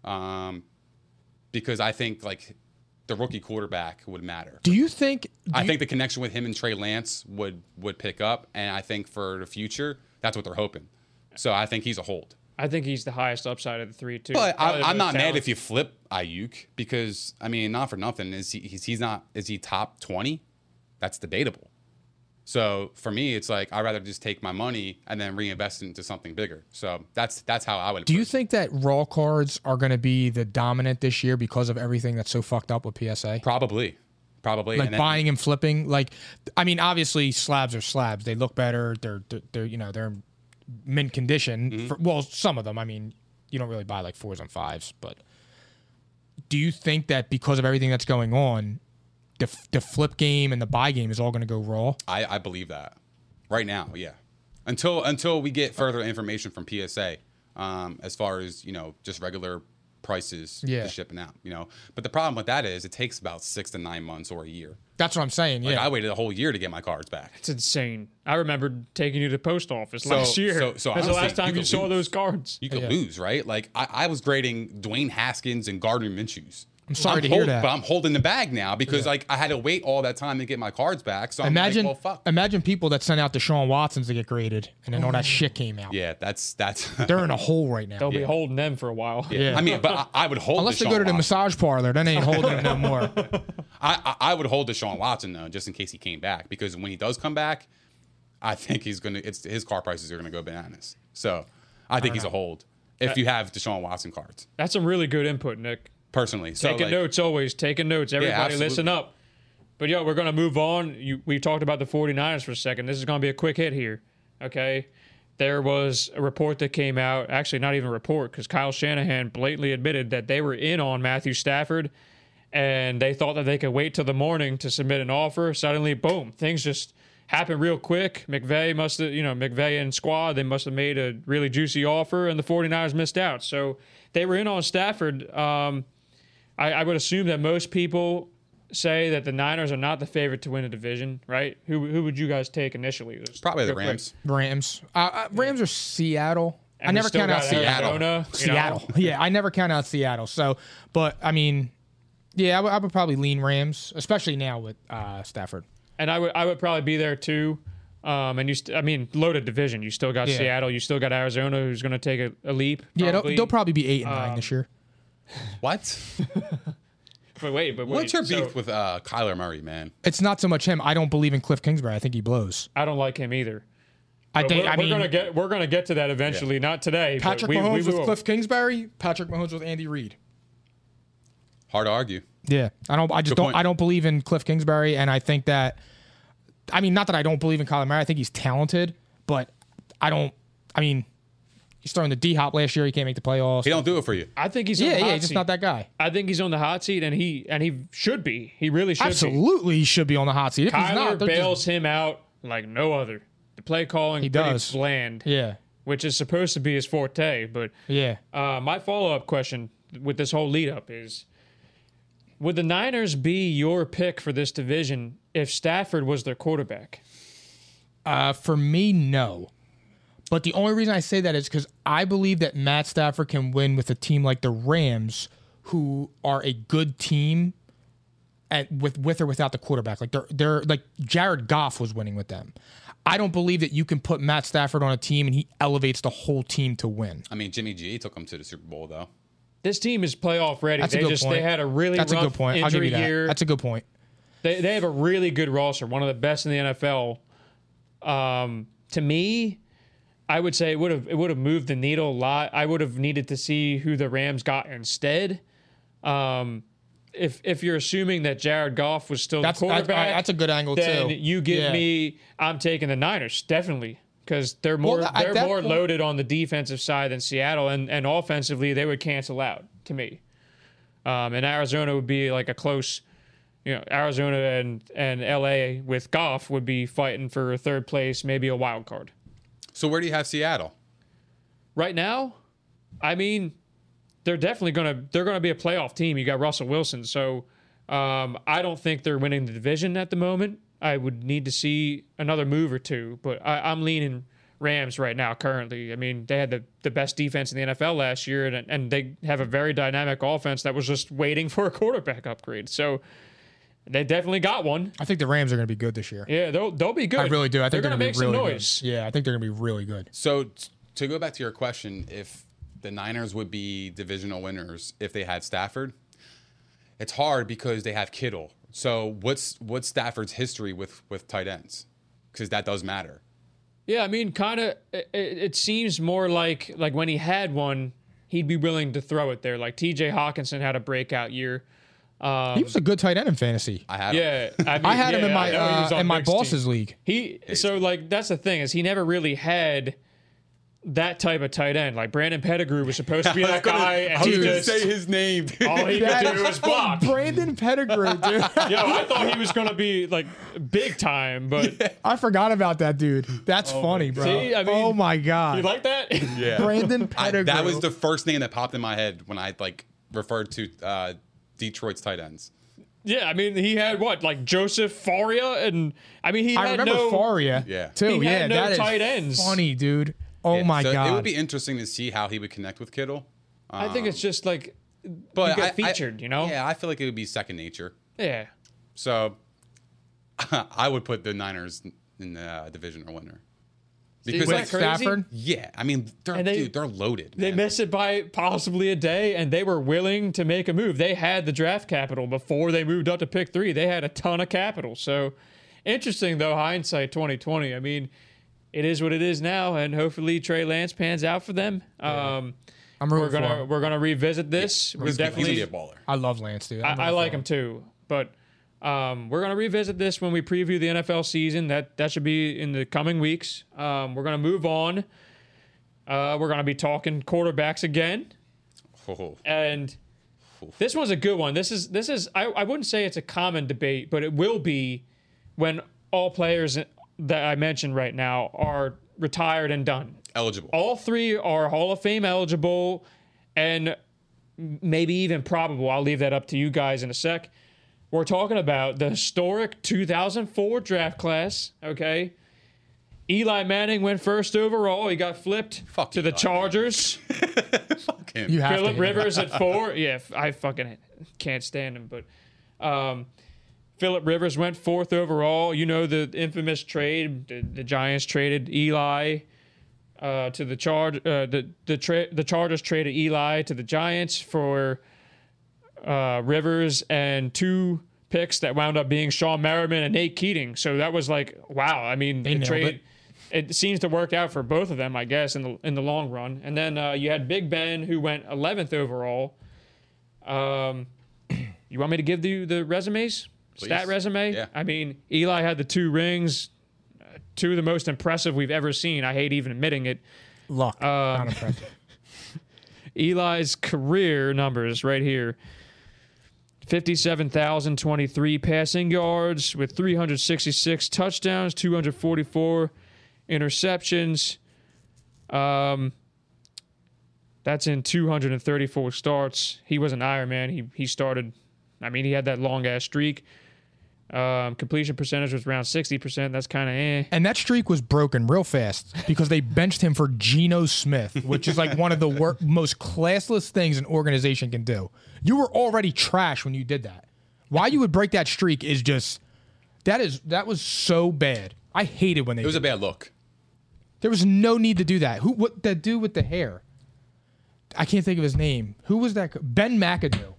S3: um, because I think like the rookie quarterback would matter.
S2: Do you think? do
S3: I
S2: you-
S3: think the connection with him and Trey Lance would would pick up, and I think for the future, that's what they're hoping. So I think he's a hold.
S4: I think he's the highest upside of the three too.
S3: But I,
S4: Probably the
S3: I'm
S4: most
S3: not mad
S4: talented.
S3: if you flip Ayuk because I mean, not for nothing is he he's, he's not is he top twenty? That's debatable. So for me, it's like I'd rather just take my money and then reinvest it into something bigger. So that's that's how I would.
S2: Do you
S3: approach it.
S2: think that raw cards are going to be the dominant this year because of everything that's so fucked up with PSA?
S3: probably, probably
S2: Like
S3: and then-
S2: buying and flipping. Like, I mean, obviously slabs are slabs. They look better. They're they're, they're you know they're in mint condition.
S3: Mm-hmm.
S2: For, well, some of them. I mean, you don't really buy like fours and fives. But do you think that because of everything that's going on, the f- the flip game and the buy game is all going to go raw?
S3: I, I believe that right now, yeah. Until until we get further information from PSA, um, as far as you know, just regular prices
S2: Yeah.
S3: to shipping out, you know. But the problem with that is it takes about six to nine months or a year.
S2: That's what I'm saying.
S3: Like,
S2: Yeah.
S3: I waited a whole year to get my cards back.
S4: It's insane. I remember taking you to the post office last year.
S3: so- so
S4: That's the
S3: honestly,
S4: last
S3: you
S4: time you,
S3: could
S4: saw
S3: lose.
S4: those cards.
S3: You could
S2: Yeah.
S3: lose, right? Like I, I was grading Dwayne Haskins and Gardner Minshew's. I'm
S2: sorry to hear
S3: hold,
S2: that.
S3: but I'm holding the bag now because like I had to wait all that time to get my cards back. So I'm
S2: Imagine,
S3: like, well, fuck.
S2: imagine people that sent out Deshaun Watsons to get graded, and then all that shit came out.
S3: Mm-hmm. yeah, that's that's.
S2: They're in a hole right now.
S4: They'll be holding them for a while.
S3: I mean, but I, I would hold
S2: Unless they
S3: Deshaun
S2: go to the
S3: Watson.
S2: massage parlor, then they ain't holding them no more.
S3: I, I I would hold Deshaun Watson though, just in case he came back, because when he does come back, I think he's gonna. It's his car prices are gonna go bananas. So I think he's a hold
S4: Uh,
S3: if you have Deshaun Watson cards
S4: That's some really good input, Nick.
S3: personally. So
S4: Taking
S3: like,
S4: notes always, taking notes. Everybody
S3: absolutely.
S4: listen up. But yo, we're gonna move on. You, we talked about the 49ers for a second. This is gonna be a quick hit here. Okay. There was a report that came out, actually not even a report, because Kyle Shanahan blatantly admitted that they were in on Matthew Stafford and they thought that they could wait till the morning to submit an offer. Suddenly, boom, things just happened real quick. McVay must have, you know, McVay and squad, they must have made a really juicy offer and the 49ers missed out. So they were in on Stafford. Um, I, I would assume that most people say that the Niners are not the favorite to win a division, right? Who who would you guys take initially? Just
S3: probably the
S4: real quick.
S3: Rams.
S2: Rams. Uh, Uh, Rams or Seattle. I
S4: And we
S2: never
S4: still
S2: count out
S4: got
S2: Seattle.
S4: Arizona, you know?
S2: Seattle. Yeah, I never count out Seattle. So, but I mean, yeah, I would- I would probably lean Rams, especially now with uh, Stafford.
S4: and I would I would probably be there too. Um, and you, st- I mean, loaded division. You still got
S2: Yeah.
S4: Seattle. You still got Arizona, who's going to take a, a leap.
S2: Yeah, they'll,
S4: probably. um,
S2: they'll probably be eight and nine this year.
S3: What?
S4: But wait, but wait.
S3: What's your beef
S4: so
S3: with uh, Kyler Murray, man?
S2: It's not so much him. I don't believe in Cliff Kingsbury. I think he blows.
S4: I don't like him either.
S2: I
S4: But
S2: think.
S4: we're,
S2: I mean,
S4: we're gonna get we're gonna get to that eventually. Not today. but
S2: Patrick
S4: we,
S2: Mahomes
S4: we
S2: with
S4: will.
S2: Cliff Kingsbury. Patrick Mahomes with Andy Reid.
S3: Hard to argue.
S2: Yeah, I don't. I just
S3: Good
S2: don't.
S3: point.
S2: I don't believe in Cliff Kingsbury, and I think that. I mean, not that I don't believe in Kyler Murray. I think he's talented, but I don't. I mean, he's throwing the D Hop last year. He can't make the playoffs.
S3: He don't do it for you.
S4: I think he's on
S2: yeah,
S4: the
S2: yeah,
S4: hot
S2: he's just
S4: seat.
S2: not that guy.
S4: I think he's on the hot seat, and he and he should be. He really should be.
S2: Absolutely, he should be on the hot seat. If he's
S4: Kyler
S2: not, they're just-
S4: bails him out like no other. The play calling
S2: He
S4: pretty
S2: does.
S4: bland,
S2: yeah,
S4: which is supposed to be his forte. But
S2: yeah.
S4: uh, my follow up question with this whole lead up is: Would the Niners be your pick for this division if Stafford was their quarterback?
S2: Uh, for me, no. But the only reason I say that is because I believe that Matt Stafford can win with a team like the Rams, who are a good team, at with with or without the quarterback. Like they're they're like Jared Goff was winning with them. I don't believe that you can put Matt Stafford on a team and he elevates the whole team to win.
S3: I mean, Jimmy G took him to the Super Bowl though.
S4: This team is playoff ready.
S2: That's
S4: they
S2: a good
S4: just
S2: point.
S4: they had a really
S2: That's a
S4: rough
S2: good point. I'll give
S4: injury
S2: you that.
S4: year.
S2: That's a good point.
S4: they, they have a really good roster, one of the best in the NFL. Um, to me, I would say it would have it would have moved the needle a lot. I would have needed to see who the Rams got instead. Um, if if you're assuming that Jared Goff was still
S2: That's
S4: the
S2: that's,
S4: quarterback,
S2: that's a good angle
S4: then
S2: too.
S4: you give
S2: Yeah.
S4: me I'm taking the Niners definitely. because they're more
S2: at
S4: they're
S2: that
S4: more
S2: point-
S4: loaded on the defensive side than Seattle, and and offensively they would cancel out to me. Um, and Arizona would be like a close, you know, Arizona and and LA with Goff would be fighting for third place, maybe a wild card.
S3: So where do you have Seattle?
S4: Right now, I mean, they're definitely gonna they're gonna be a playoff team. You got Russell Wilson, so um, I don't think they're winning the division at the moment. I would need to see another move or two, but I, I'm leaning Rams right now. Currently, I mean, they had the, the best defense in the NFL last year, and and they have a very dynamic offense that was just waiting for a quarterback upgrade. So they definitely got one.
S2: I think the Rams are going to be good this year.
S4: Yeah, they'll they'll be good.
S2: I really do. I think
S4: they're
S2: they're,
S4: gonna
S2: going to
S4: make
S2: be really
S4: some
S2: good.
S4: noise.
S2: Yeah, I think they're going to be really good.
S3: So t- to go back to your question, if the Niners would be divisional winners if they had Stafford, it's hard because they have Kittle. So what's what's Stafford's history with with tight ends? Because that does matter.
S4: Yeah, I mean, kind of. It, it seems more like like when he had one, he'd be willing to throw it there. Like T.J. Hawkinson had a breakout year. Um,
S2: He was a good tight end in fantasy.
S3: I have
S4: yeah, I, mean,
S2: I had him
S4: yeah,
S2: in
S4: I
S2: my
S4: know he
S2: uh,
S4: was on
S2: in my
S4: Nick's team.
S2: boss's league.
S4: He so like that's the thing is he never really had that type of tight end. Like Brandon Pettigrew was supposed to be that guy, and
S3: I
S4: he
S3: was gonna
S4: just
S3: say his name.
S4: all he could do was block.
S2: Brandon Pettigrew, dude.
S4: Yo, I thought he was gonna be like big time, but
S2: I forgot about that dude. That's funny, bro.
S4: Oh, See, I mean-
S2: oh my god.
S4: you like that?
S3: yeah.
S2: Brandon
S3: I-
S2: Pettigrew.
S3: that was the first name that popped in my head when I like referred to uh, Detroit's tight ends.
S4: Yeah, I mean he had what like Joseph Faria, and I mean he
S2: I
S4: had
S2: remember
S4: no.
S2: Faria.
S3: Yeah.
S2: Too.
S4: He had
S2: yeah.
S4: no
S2: that is
S4: tight ends.
S2: funny, dude. Oh my
S3: So
S2: god.
S3: It would be interesting to see how he would connect with Kittle.
S4: I think it's just like,
S3: But
S4: You get
S3: I- I-
S4: featured, you know?
S3: Yeah, I feel like it would be second nature.
S4: yeah,
S3: So I would put the Niners in the uh, division or winner. Because
S4: With
S3: like,
S4: Stafford?
S3: yeah, I mean, they're,
S4: And they-
S3: dude, they're loaded.
S4: they
S3: man.
S4: missed it by possibly a day, and they were willing to make a move. They had the draft capital before they moved up to pick three. They had a ton of capital. So interesting though, hindsight 2020. I mean, it is what it is now, and hopefully Trey Lance pans out for them. Um,
S2: I'm
S4: we're
S2: rooting for
S4: gonna
S2: him.
S4: we're gonna revisit this. we're
S3: He's gonna- he's
S4: definitely
S3: gonna be a baller.
S2: I love Lance, dude. I'm rooting
S4: I, I
S2: for
S4: like him too, but um, we're gonna revisit this when we preview the NFL season. That that should be in the coming weeks. Um, we're gonna move on. Uh, we're gonna be talking quarterbacks again,
S3: Oh,
S4: and this one's a good one. This is this is I, I wouldn't say it's a common debate, but it will be when all players that I mentioned right now are retired and done.
S3: eligible.
S4: All three are Hall of Fame eligible, and maybe even probable. I'll leave that up to you guys in a sec. We're talking about the historic 2004 draft class, okay? Eli Manning went first overall. He got flipped
S3: Fuck
S4: to the
S3: Eli.
S4: Chargers.
S3: Him.
S2: You have to hate him.
S4: Philip Rivers at four. Yeah, f- I fucking can't stand him. But um, Philip Rivers went fourth overall. You know the infamous trade. The, the Giants traded Eli uh, to the charge. Uh, the the tra- the Chargers traded Eli to the Giants for uh, Rivers and two picks that wound up being Sean Merriman and Nate Keating. So that was like, wow. I mean, the
S2: nailed
S4: trade. It. seems to work out for both of them, I guess, in the in the long run. And then uh, you had Big Ben, who went 11th overall. Um, you want me to give you the resumes? Stat resume.
S3: Yeah.
S4: I mean, Eli had the two rings, uh, two of the most impressive we've ever seen. I hate even admitting it.
S2: Luck. Not impressive.
S4: Eli's career numbers right here 57,023 passing yards with 366 touchdowns, 244 interceptions. Um, that's in 234 starts. He was an Iron Man. He, he started, I mean, he had that long ass streak. Um, completion percentage was around 60%. That's kind of eh.
S2: And that streak was broken real fast because they benched him for Geno Smith, which is like one of the wor- most classless things an organization can do. You were already trash when you did that. Why you would break that streak is just that is that was so bad. I hated when they
S3: It was
S2: did
S3: a bad look.
S2: there was no need to do that. Who what the dude with the hair? I can't think of his name. Who was that? Ben McAdoo.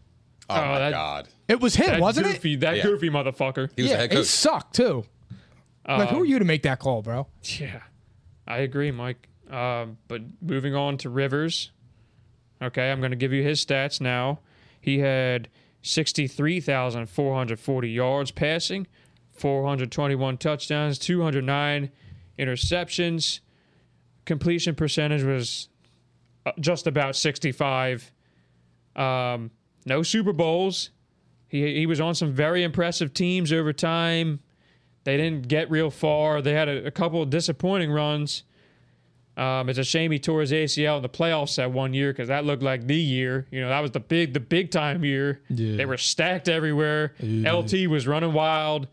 S3: Oh, my
S4: that-
S3: God.
S2: It was him,
S4: That
S2: wasn't
S4: goofy,
S2: it?
S4: That
S3: Yeah.
S4: goofy motherfucker.
S3: He was the
S2: Yeah,
S3: head
S2: it
S3: coach. Um,
S2: sucked too. like, who are you to make that call, bro?
S4: Yeah, I agree, Mike. Um, but moving on to Rivers. Okay, I'm going to give you his stats now. He had 63,440 yards passing, 421 touchdowns, 209 interceptions. completion percentage was uh, just about 65. Um, no Super Bowls. He he was on some very impressive teams over time. They didn't get real far. They had a, a couple of disappointing runs. Um, it's a shame he tore his ACL in the playoffs that one year because that looked like the year. You know, that was the big the big time year.
S2: Yeah.
S4: They were stacked everywhere. LT was running wild.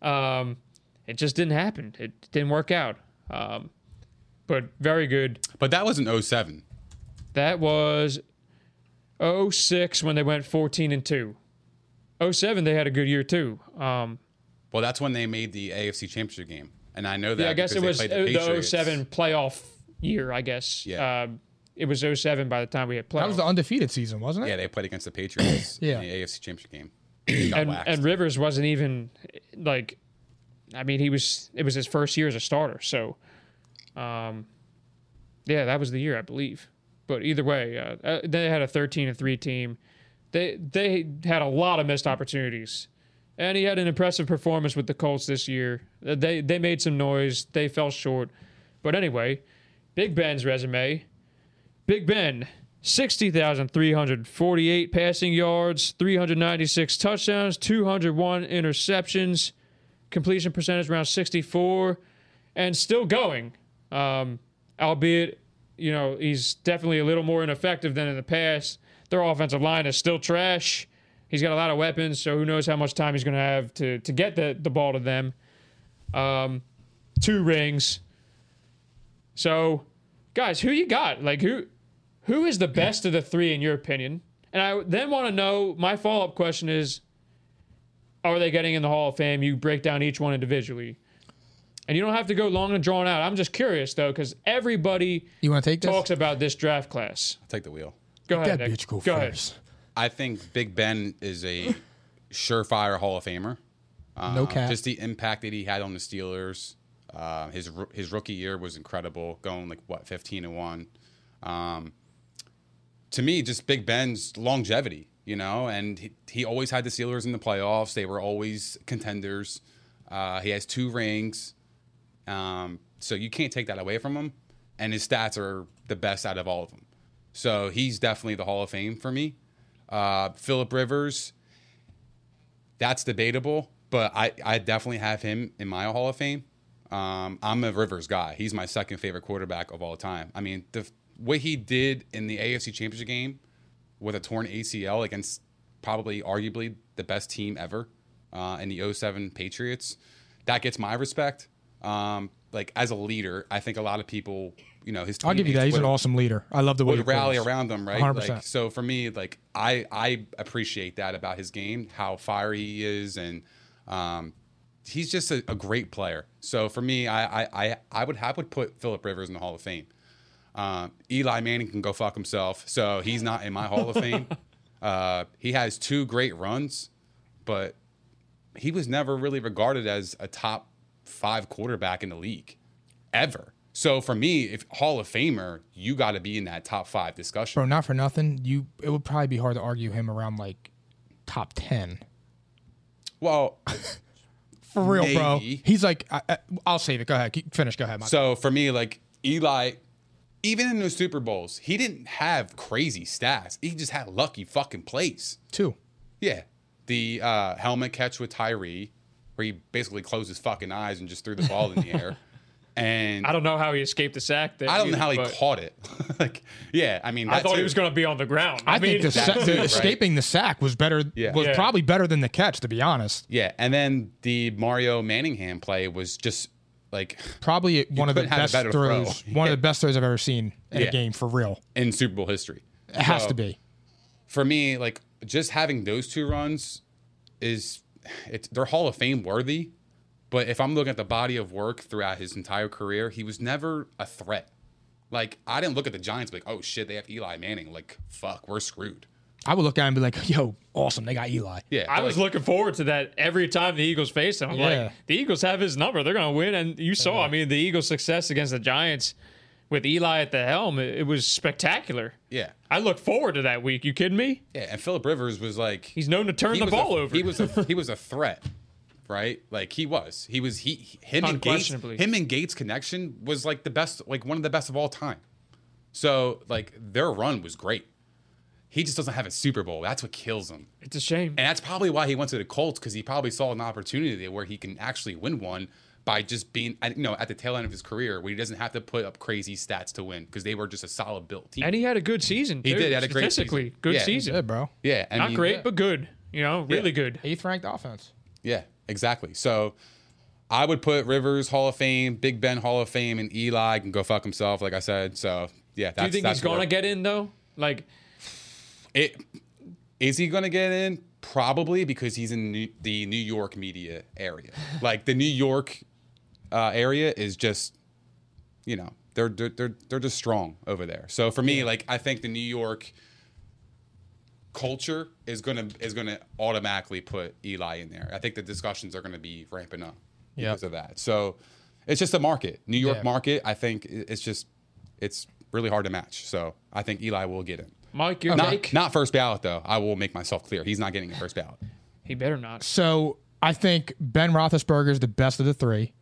S4: Um, it just didn't happen. It didn't work out. Um, but very good.
S3: But that was oh an 07.
S4: That was 06 when they went 14 and 2. 07 they had a good year too. Um,
S3: Well, that's when they made the AFC Championship game, and I know that.
S4: yeah, I guess it
S3: because
S4: was
S3: they
S4: uh,
S3: played the,
S4: the
S3: Patriots.
S4: 07 playoff year, I guess.
S3: Yeah.
S4: Um, it was 07 by the time we had playoffs.
S2: That was the undefeated season, wasn't it?
S3: Yeah, they played against the Patriots
S2: Yeah.
S3: in the AFC Championship game. They got
S4: and,
S3: waxed.
S4: and Rivers wasn't even like I mean, he was it was his first year as a starter, so um yeah, that was the year, I believe. But either way, uh, uh, they had a 13 and 3 team. They they had a lot of missed opportunities. And he had an impressive performance with the Colts this year. Uh, They they made some noise, they fell short. But anyway, Big Ben's resume. Big Ben, 60,348 passing yards, 396 touchdowns, 201 interceptions, completion percentage around 64, and still going. Um, albeit, you know, he's definitely a little more ineffective than in the past. Their offensive line is still trash. He's got a lot of weapons, so who knows how much time he's going to have to to get the, the ball to them. Um, two rings. So, guys, who you got? Like who who is the best of the three in your opinion? And I then want to know my follow up question is are they getting in the Hall of Fame? You break down each one individually. And you don't have to go long and drawn out. I'm just curious though, because everybody
S2: You want to take this?
S4: talks about this draft class.
S3: I'll take the wheel.
S4: Go ahead.
S2: that
S4: Nick.
S2: bitch go,
S4: go ahead.
S2: first.
S3: I think Big Ben is a surefire Hall of Famer.
S2: No
S3: Uh,
S2: cap.
S3: Just the impact that he had on the Steelers. Uh, his ro- his rookie year was incredible, going like what fifteen and one. Um, to me, just Big Ben's longevity, you know, and he, he always had the Steelers in the playoffs. They were always contenders. Uh, he has two rings, um, so you can't take that away from him. And his stats are the best out of all of them. So he's definitely the Hall of Fame for me. Uh, Philip Rivers, that's debatable, but I, I definitely have him in my Hall of Fame. Um, I'm a Rivers guy. He's my second favorite quarterback of all time. I mean, the what he did in the AFC Championship game with a torn ACL against probably arguably the best team ever uh, in the 07 Patriots, that gets my respect. Um, like as a leader, I think a lot of people, you know, his
S2: I'll give you that.
S3: teammates
S2: He's an
S3: would-
S2: awesome leader. I love the way
S3: would
S2: he
S3: rally
S2: plays.
S3: around them, right?
S2: 100%.
S3: Like, so for me, like I I appreciate that about his game, how fiery he is, and um, he's just a, a great player. So for me, I I I, I would I would put Philip Rivers in the Hall of Fame. Um, Eli Manning can go fuck himself, so he's not in my Hall of Fame. Uh, he has two great runs, but he was never really regarded as a top five quarterback in the league ever. So for me, if Hall of Famer, you got to be in that top five discussion.
S2: Bro, not for nothing. You it would probably be hard to argue him around like top ten.
S3: Well,
S2: For real, bro.
S3: Maybe.
S2: He's like, I, I, I'll save it. Go ahead. Keep, finish. Go ahead, Mike.
S3: so for me, like Eli, even in the Super Bowls, he didn't have crazy stats. He just had lucky fucking plays.
S2: Two.
S3: Yeah. The uh, helmet catch with Tyree, where he basically closed his fucking eyes and just threw the ball in the air. And
S4: I don't know how he escaped the sack. There
S3: I don't know
S4: either,
S3: how he
S4: but
S3: caught it. like, yeah, I mean,
S4: I
S3: that
S4: thought he
S3: too.
S4: was going to be on the ground.
S2: I, think the, sa-
S3: that's
S2: the
S3: it, right?
S2: escaping the sack was better.
S3: Yeah.
S2: Was
S4: Yeah.
S2: probably better than the catch, to be honest.
S3: Yeah, and then the Mario Manningham play was just like
S2: Probably one of the
S3: couldn't have a
S2: best
S3: better throw.
S2: throws. One of the best throws I've ever seen in
S3: Yeah.
S2: a game for real.
S3: in Super Bowl history.
S2: It has
S3: So,
S2: to be.
S3: For me, like just having those two runs is it's they're Hall of Fame worthy. But if I'm looking at the body of work throughout his entire career, he was never a threat. Like I didn't look at the Giants like, oh shit, they have Eli Manning. Like fuck, we're screwed.
S2: I would look at him and be like, "Yo, awesome. They got Eli."
S3: Yeah,
S4: I
S3: but,
S4: was
S3: like,
S4: looking forward to that every time the Eagles face him. I'm
S2: Yeah.
S4: like, the Eagles have his number. They're going to win. And you saw, I mean, the Eagles' success against the Giants with Eli at the helm, it, it was spectacular.
S3: yeah,
S4: I look forward to that week. You kidding me?
S3: yeah. And Philip Rivers was like,
S4: He's known to turn
S3: he
S4: the
S3: was a-
S4: ball over.
S3: He was a, he was a threat right? Like he was. He was he he- him and Gates
S4: Unquestionably.
S3: him and Gates connection was like the best like one of the best of all time. So like their run was great. He just doesn't have a Super Bowl. That's what kills him.
S4: It's a shame.
S3: And that's probably why he went to the Colts because he probably saw an opportunity there where he can actually win one by just being, at- you know, at the tail end of his career where he doesn't have to put up crazy stats to win because they were just a solid built team.
S4: And he had a good season.
S3: He
S4: too,
S3: did, he had a great season.
S4: statistically good
S3: Yeah.
S4: season.
S2: Yeah, bro.
S3: yeah, I
S4: Not
S3: mean,
S4: great, but good. You know, really good.
S2: Eighth ranked offense.
S3: Yeah, exactly. So I would put Rivers Hall of Fame, Big Ben Hall of Fame, and Eli can go fuck himself, like I said. So yeah,
S4: Do
S3: that's
S4: you think
S3: that's
S4: he's gonna
S3: where-
S4: get in though? Like,
S3: it. Is he gonna get in? Probably because he's in New, the New York media area. Like the New York uh, area is just, you know, they're they're they're, they're just strong over there. So for me, like I think the New York culture is gonna is gonna automatically put Eli in there. I think the discussions are gonna be ramping up because of that. So it's just a market, New York
S2: Yeah.
S3: market. I think i- it's just it's really hard to match. So I think Eli will get in.
S4: Mike, your
S3: Not,
S4: take?
S3: not first ballot though. I will make myself clear. He's not getting a first ballot.
S4: He better not.
S2: So I think Ben Roethlisberger is the best of the three.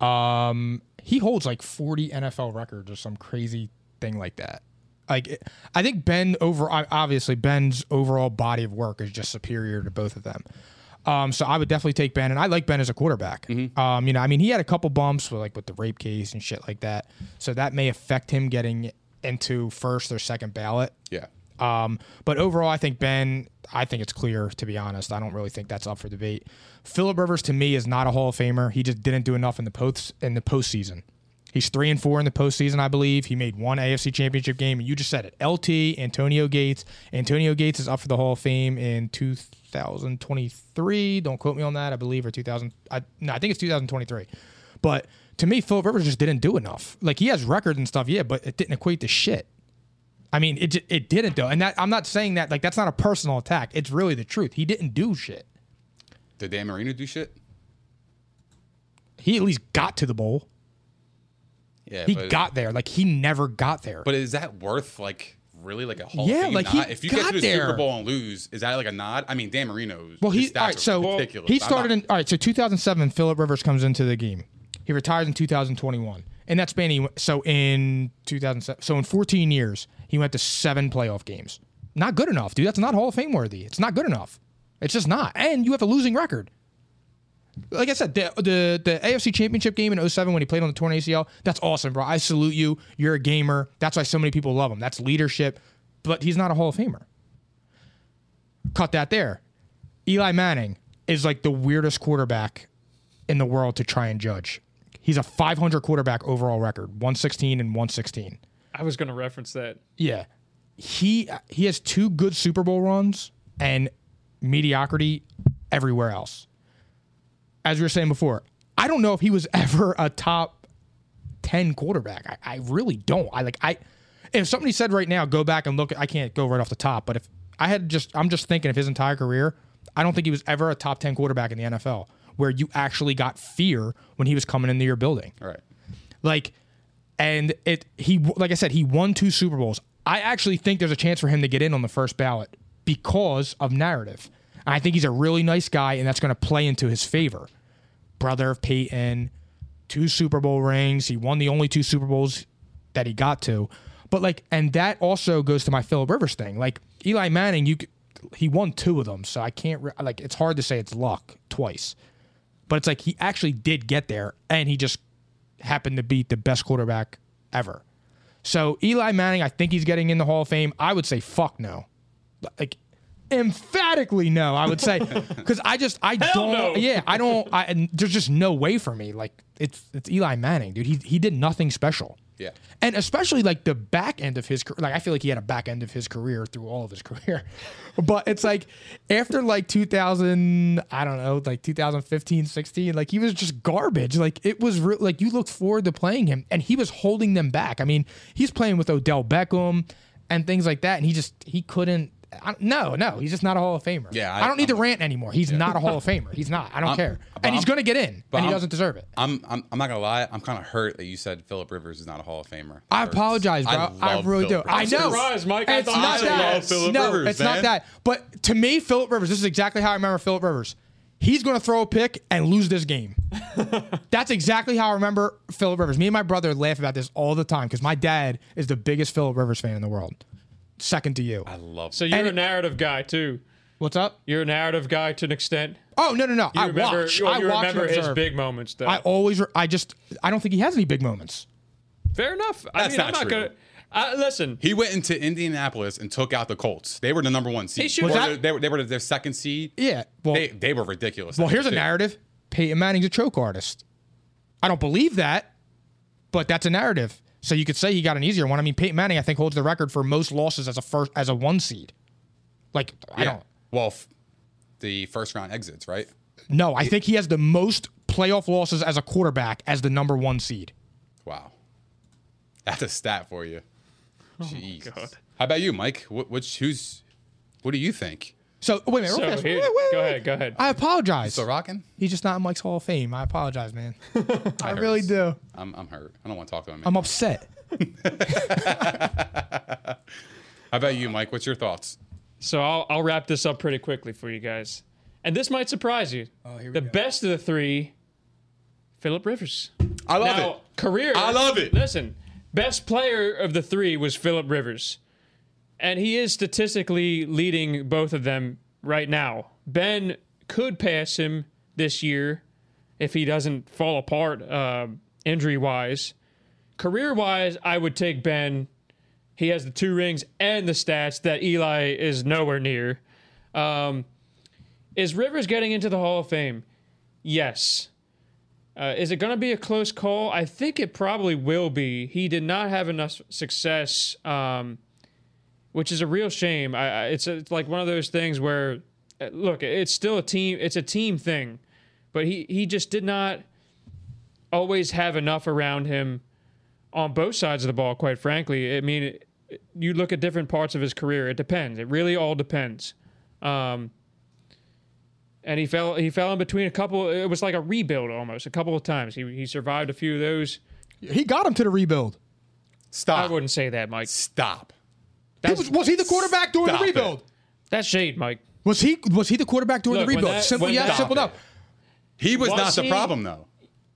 S2: Um, he holds like 40 NFL records or some crazy thing like that. Like, it- I think Ben over I- obviously Ben's overall body of work is just superior to both of them. Um, so I would definitely take Ben, and I like Ben as a quarterback. Um, you know, I mean, he had a couple bumps with like with the rape case and shit like that, so that may affect him getting into first or second ballot.
S3: Yeah.
S2: Um, but overall, I think Ben, I think it's clear, to be honest. I don't really think that's up for debate. Philip Rivers, to me, is not a Hall of Famer. He just didn't do enough in the post in the postseason. He's three and four in the postseason, I believe. He made one AFC championship game, and you just said it. LT, Antonio Gates. Antonio Gates is up for the Hall of Fame in 2023. Don't quote me on that, I believe, or 2000. I, no, I think it's 2023. But to me, Philip Rivers just didn't do enough. Like, he has records and stuff, yeah, but it didn't equate to shit. I mean, it ju- it didn't though, and that I'm not saying that like that's not a personal attack. It's really the truth. He didn't do shit.
S3: Did Dan Marino do shit?
S2: He at least got to the bowl.
S3: Yeah.
S2: He
S3: but,
S2: got there. Like he never got there.
S3: But is that worth like really like a Hall
S2: Yeah,
S3: of Fame
S2: like, he
S3: nod? If you get
S2: got
S3: to the
S2: there.
S3: Super Bowl and lose, is that like a nod? I mean, Dan Marino's
S2: well,
S3: his
S2: he all right.
S3: stats
S2: So
S3: are ridiculous.
S2: he
S3: I'm
S2: started
S3: not-
S2: in all right. So 2007, Philip Rivers comes into the game. He retires in 2021, and that's been he went- so in 2007. So in 14 years, he went to seven playoff games. Not good enough, dude. That's not Hall of Fame worthy. It's not good enough. It's just not. And you have a losing record. like I said, the, the the AFC Championship game in 07 when he played on the torn ACL, that's awesome, bro. I salute you. You're a gamer. That's why so many people love him. That's leadership. But he's not a Hall of Famer. Cut that there. Eli Manning is like the weirdest quarterback in the world to try and judge. He's a 500 quarterback overall record, 116 and 116.
S4: I was gonna reference that.
S2: Yeah. He he has two good Super Bowl runs and mediocrity everywhere else. As we were saying before, I don't know if he was ever a top 10 quarterback. I, I really don't. I like I if somebody said right now go back and look I can't go right off the top, but if I had just I'm just thinking of his entire career, I don't think he was ever a top 10 quarterback in the NFL where you actually got fear when he was coming into your building.
S3: All right.
S2: Like, and it he like I said he won two Super Bowls. I actually think there's a chance for him to get in on the first ballot because of narrative. And I think he's a really nice guy, and that's going to play into his favor. Brother of Peyton, two Super Bowl rings. He won the only two Super Bowls that he got to. But like, and that also goes to my Philip Rivers thing. Like Eli Manning, you c- he won two of them, so I can't re- like. It's hard to say it's luck twice, but it's like he actually did get there, and he just happened to beat the best quarterback ever. So Eli Manning, I think he's getting in the Hall of Fame. I would say fuck no, like emphatically no. I would say because I just I don't
S4: no.
S2: yeah I don't I and there's just no way for me like it's it's Eli Manning dude he he did nothing special
S3: Yeah.
S2: and especially like the back end of his career like I feel like he had a back end of his career through all of his career but it's like after like 2000 I don't know like 2015 16 like he was just garbage like it was re- like you look forward to playing him and he was holding them back I mean he's playing with Odell Beckham and things like that and he just he couldn't I, no, no, he's just not a Hall of Famer.
S3: Yeah,
S2: I,
S3: I-
S2: don't need
S3: I'm-
S2: to rant anymore. He's not a Hall of Famer. He's not. I don't
S3: I'm-
S2: care.
S3: but
S2: And he's
S3: I'm-
S2: going to get in,
S3: but
S2: and he
S3: I'm-
S2: doesn't deserve it.
S3: I'm, I'm I'm not gonna lie. I'm kind of hurt that you said Philip Rivers is not a Hall of Famer.
S2: I
S3: Hurts.
S2: apologize, bro. I,
S3: love
S2: really
S3: Phillip
S2: do. I
S3: Rivers.
S2: know.
S4: Surprise, Mike. I
S2: It's
S4: thought
S2: not
S4: you
S2: that.
S3: love Phillip
S2: no,
S3: Rivers,
S2: it's not
S3: man.
S2: that. But to me, Philip Rivers. This is exactly how I remember Philip Rivers. he's going to throw a pick and lose this game. That's exactly how I remember Philip Rivers. Me and my brother laugh about this all the time because my dad is the biggest Philip Rivers fan in the world, second to you.
S3: I love
S4: So you're
S2: And
S4: a
S2: it-
S4: narrative guy too.
S2: What's up?
S4: You're a narrative guy to an extent.
S2: Oh no no no!
S4: You
S2: I
S4: remember,
S2: watch.
S4: you-
S2: I
S4: you
S2: watch and
S4: remember his
S2: observe.
S4: big uh, moments though.
S2: I always. Re- I just. I don't think he has any big moments.
S4: Fair enough. I
S3: That's
S4: mean, I'm
S3: not
S4: not
S3: true.
S4: gonna. I, listen,
S3: He went into Indianapolis and took out the Colts. They were the number one seed.
S4: He should-
S3: Or
S4: Was
S3: they-
S2: that-
S3: they, were, they were their second seed.
S2: Yeah. Well.
S3: they, they were ridiculous.
S2: well, here's a
S3: They-
S2: narrative. Peyton Manning's a choke artist. I don't believe that, but that's a narrative. So you could say he got an easier one. I mean, Peyton Manning, I think, holds the record for most losses as a first as a one seed. Like I
S3: yeah.
S2: don't.
S3: Well, f- the first round exits, right?
S2: No, I think he has the most playoff losses as a quarterback as the number one seed.
S3: Wow. That's a stat for you.
S2: Oh
S3: Jeez. How about you, Mike? What, which, who's, what do you think?
S2: So wait a minute. real
S4: so
S2: fast.
S4: here,
S2: Wait, wait,
S4: go
S2: wait.
S4: ahead, go ahead.
S2: I apologize.
S3: Still rocking?
S2: He's just not in Mike's Hall of Fame. I apologize, man. I really
S3: hurts.
S2: do.
S3: I'm, I'm hurt. I don't want to talk to him.
S2: I'm upset.
S3: How about you, Mike? What's your thoughts?
S4: So I'll, I'll wrap this up pretty quickly for you guys, and this might surprise you. Oh,
S2: here we
S4: the
S2: go.
S4: best of the three, Philip Rivers.
S3: I love
S4: now,
S3: it.
S4: Career.
S3: I love it.
S4: Listen, best player of the three was Philip Rivers, and he is statistically leading both of them right now. Ben could pass him this year if he doesn't fall apart uh, injury wise. Career wise, I would take Ben. He has the two rings and the stats that Eli is nowhere near. Um, is Rivers getting into the Hall of Fame? Yes. Uh, is it going to be a close call? I think it probably will be. He did not have enough success, um, which is a real shame. I, I, it's, it's like one of those things where, uh, look, it's still a team. It's a team thing, but he he just did not always have enough around him on both sides of the ball. Quite frankly, I mean, it- you look at different parts of his career. It depends. It really all depends. Um, and he fell he fell in between a couple it was like a rebuild almost a couple of times he, he survived a few of those
S2: He got him to the rebuild.
S4: i
S3: Stop.
S4: wouldn't say that mike
S3: Stop.
S2: He
S4: that's,
S2: was, was he the quarterback during
S3: Stop
S2: the rebuild?
S3: it.
S4: that's shade mike
S2: Was he was he the quarterback during
S4: Look,
S2: the
S4: when
S2: rebuild?
S4: that-
S2: simple
S4: when
S2: yes,
S4: that-
S2: simple no.
S3: Stop He was,
S4: Was
S3: not the
S4: he-
S3: problem, though.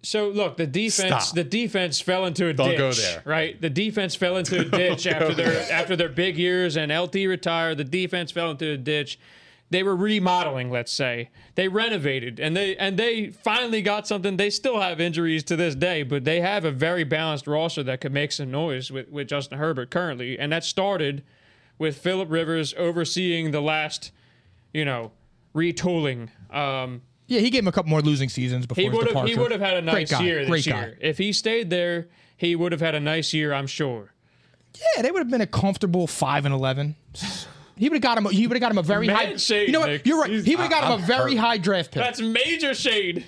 S4: so look the defense
S3: Stop.
S4: the defense fell into a
S3: Don't
S4: ditch
S3: go there.
S4: right the defense fell into a ditch after their after their big years and lt retired the defense fell into a ditch they were remodeling let's say they renovated and they and they finally got something they still have injuries to this day but they have a very balanced roster that could make some noise with, with justin herbert currently and that started with philip rivers overseeing the last you know retooling um,
S2: Yeah, he gave him a couple more losing seasons before
S4: he
S2: his
S4: would have he
S2: departure.
S4: would have had a
S2: Great
S4: nice
S2: guy,
S4: year this
S2: great guy.
S4: year. If he stayed there, he would have had a nice year, I'm sure.
S2: Yeah, they would have been a comfortable five and eleven. He would have got him. He would have got him a very
S4: Man
S2: high.
S4: shade,
S2: you know what?
S4: Nick.
S2: You're right. He would have got him
S3: I'm
S2: a very
S3: hurt.
S2: high draft pick.
S4: That's major shade.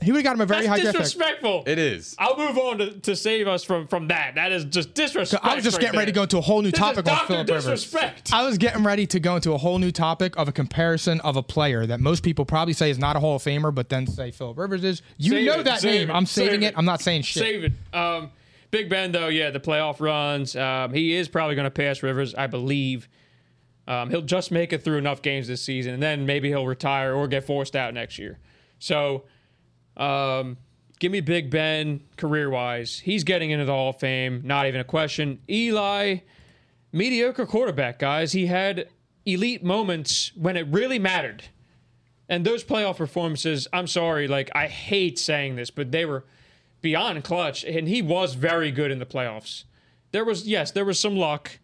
S2: he would have got him a very
S4: That's
S2: high draft pick.
S4: disrespectful.
S3: It is.
S4: I'll move on to, to save us from from that. That is just disrespect.
S2: I was just
S4: right
S2: getting ready to
S4: there.
S2: go into a whole new
S4: This is
S2: topic on
S4: Dr.
S2: Philip Rivers.
S4: disrespect.
S2: I was getting ready to go into a whole new topic of a comparison of a player that most people probably say is not a Hall of Famer, but then say Philip Rivers is. You
S4: Save
S2: know
S4: it,
S2: that
S4: save
S2: name.
S4: it,
S2: I'm saving
S4: save
S2: it.
S4: it.
S2: I'm not saying shit.
S4: Save it. Um, Big Ben, though, yeah, the playoff runs. Um, he is probably going to pass Rivers, I believe. Um, he'll just make it through enough games this season, and then maybe he'll retire or get forced out next year. So, um, give me Big Ben career wise. He's getting into the Hall of Fame, not even a question. Eli, mediocre quarterback, guys. He had elite moments when it really mattered. And those playoff performances, I'm sorry, like I hate saying this, but they were beyond clutch, and he was very good in the playoffs. There was yes, there was some luck,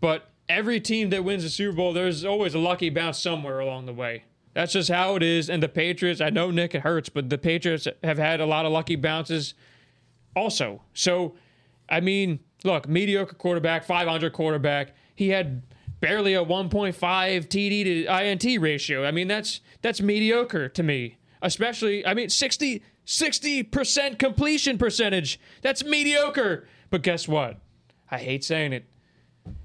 S4: but every team that wins the Super Bowl, there's always a lucky bounce somewhere along the way. That's just how it is. And the Patriots, I know Nick, it hurts, but the Patriots have had a lot of lucky bounces, also. So, I mean, look, mediocre quarterback, 500 quarterback. He had barely a 1.5 TD to INT ratio. I mean, that's that's mediocre to me. Especially, I mean, 60 percent completion percentage. That's mediocre. But guess what? I hate saying it.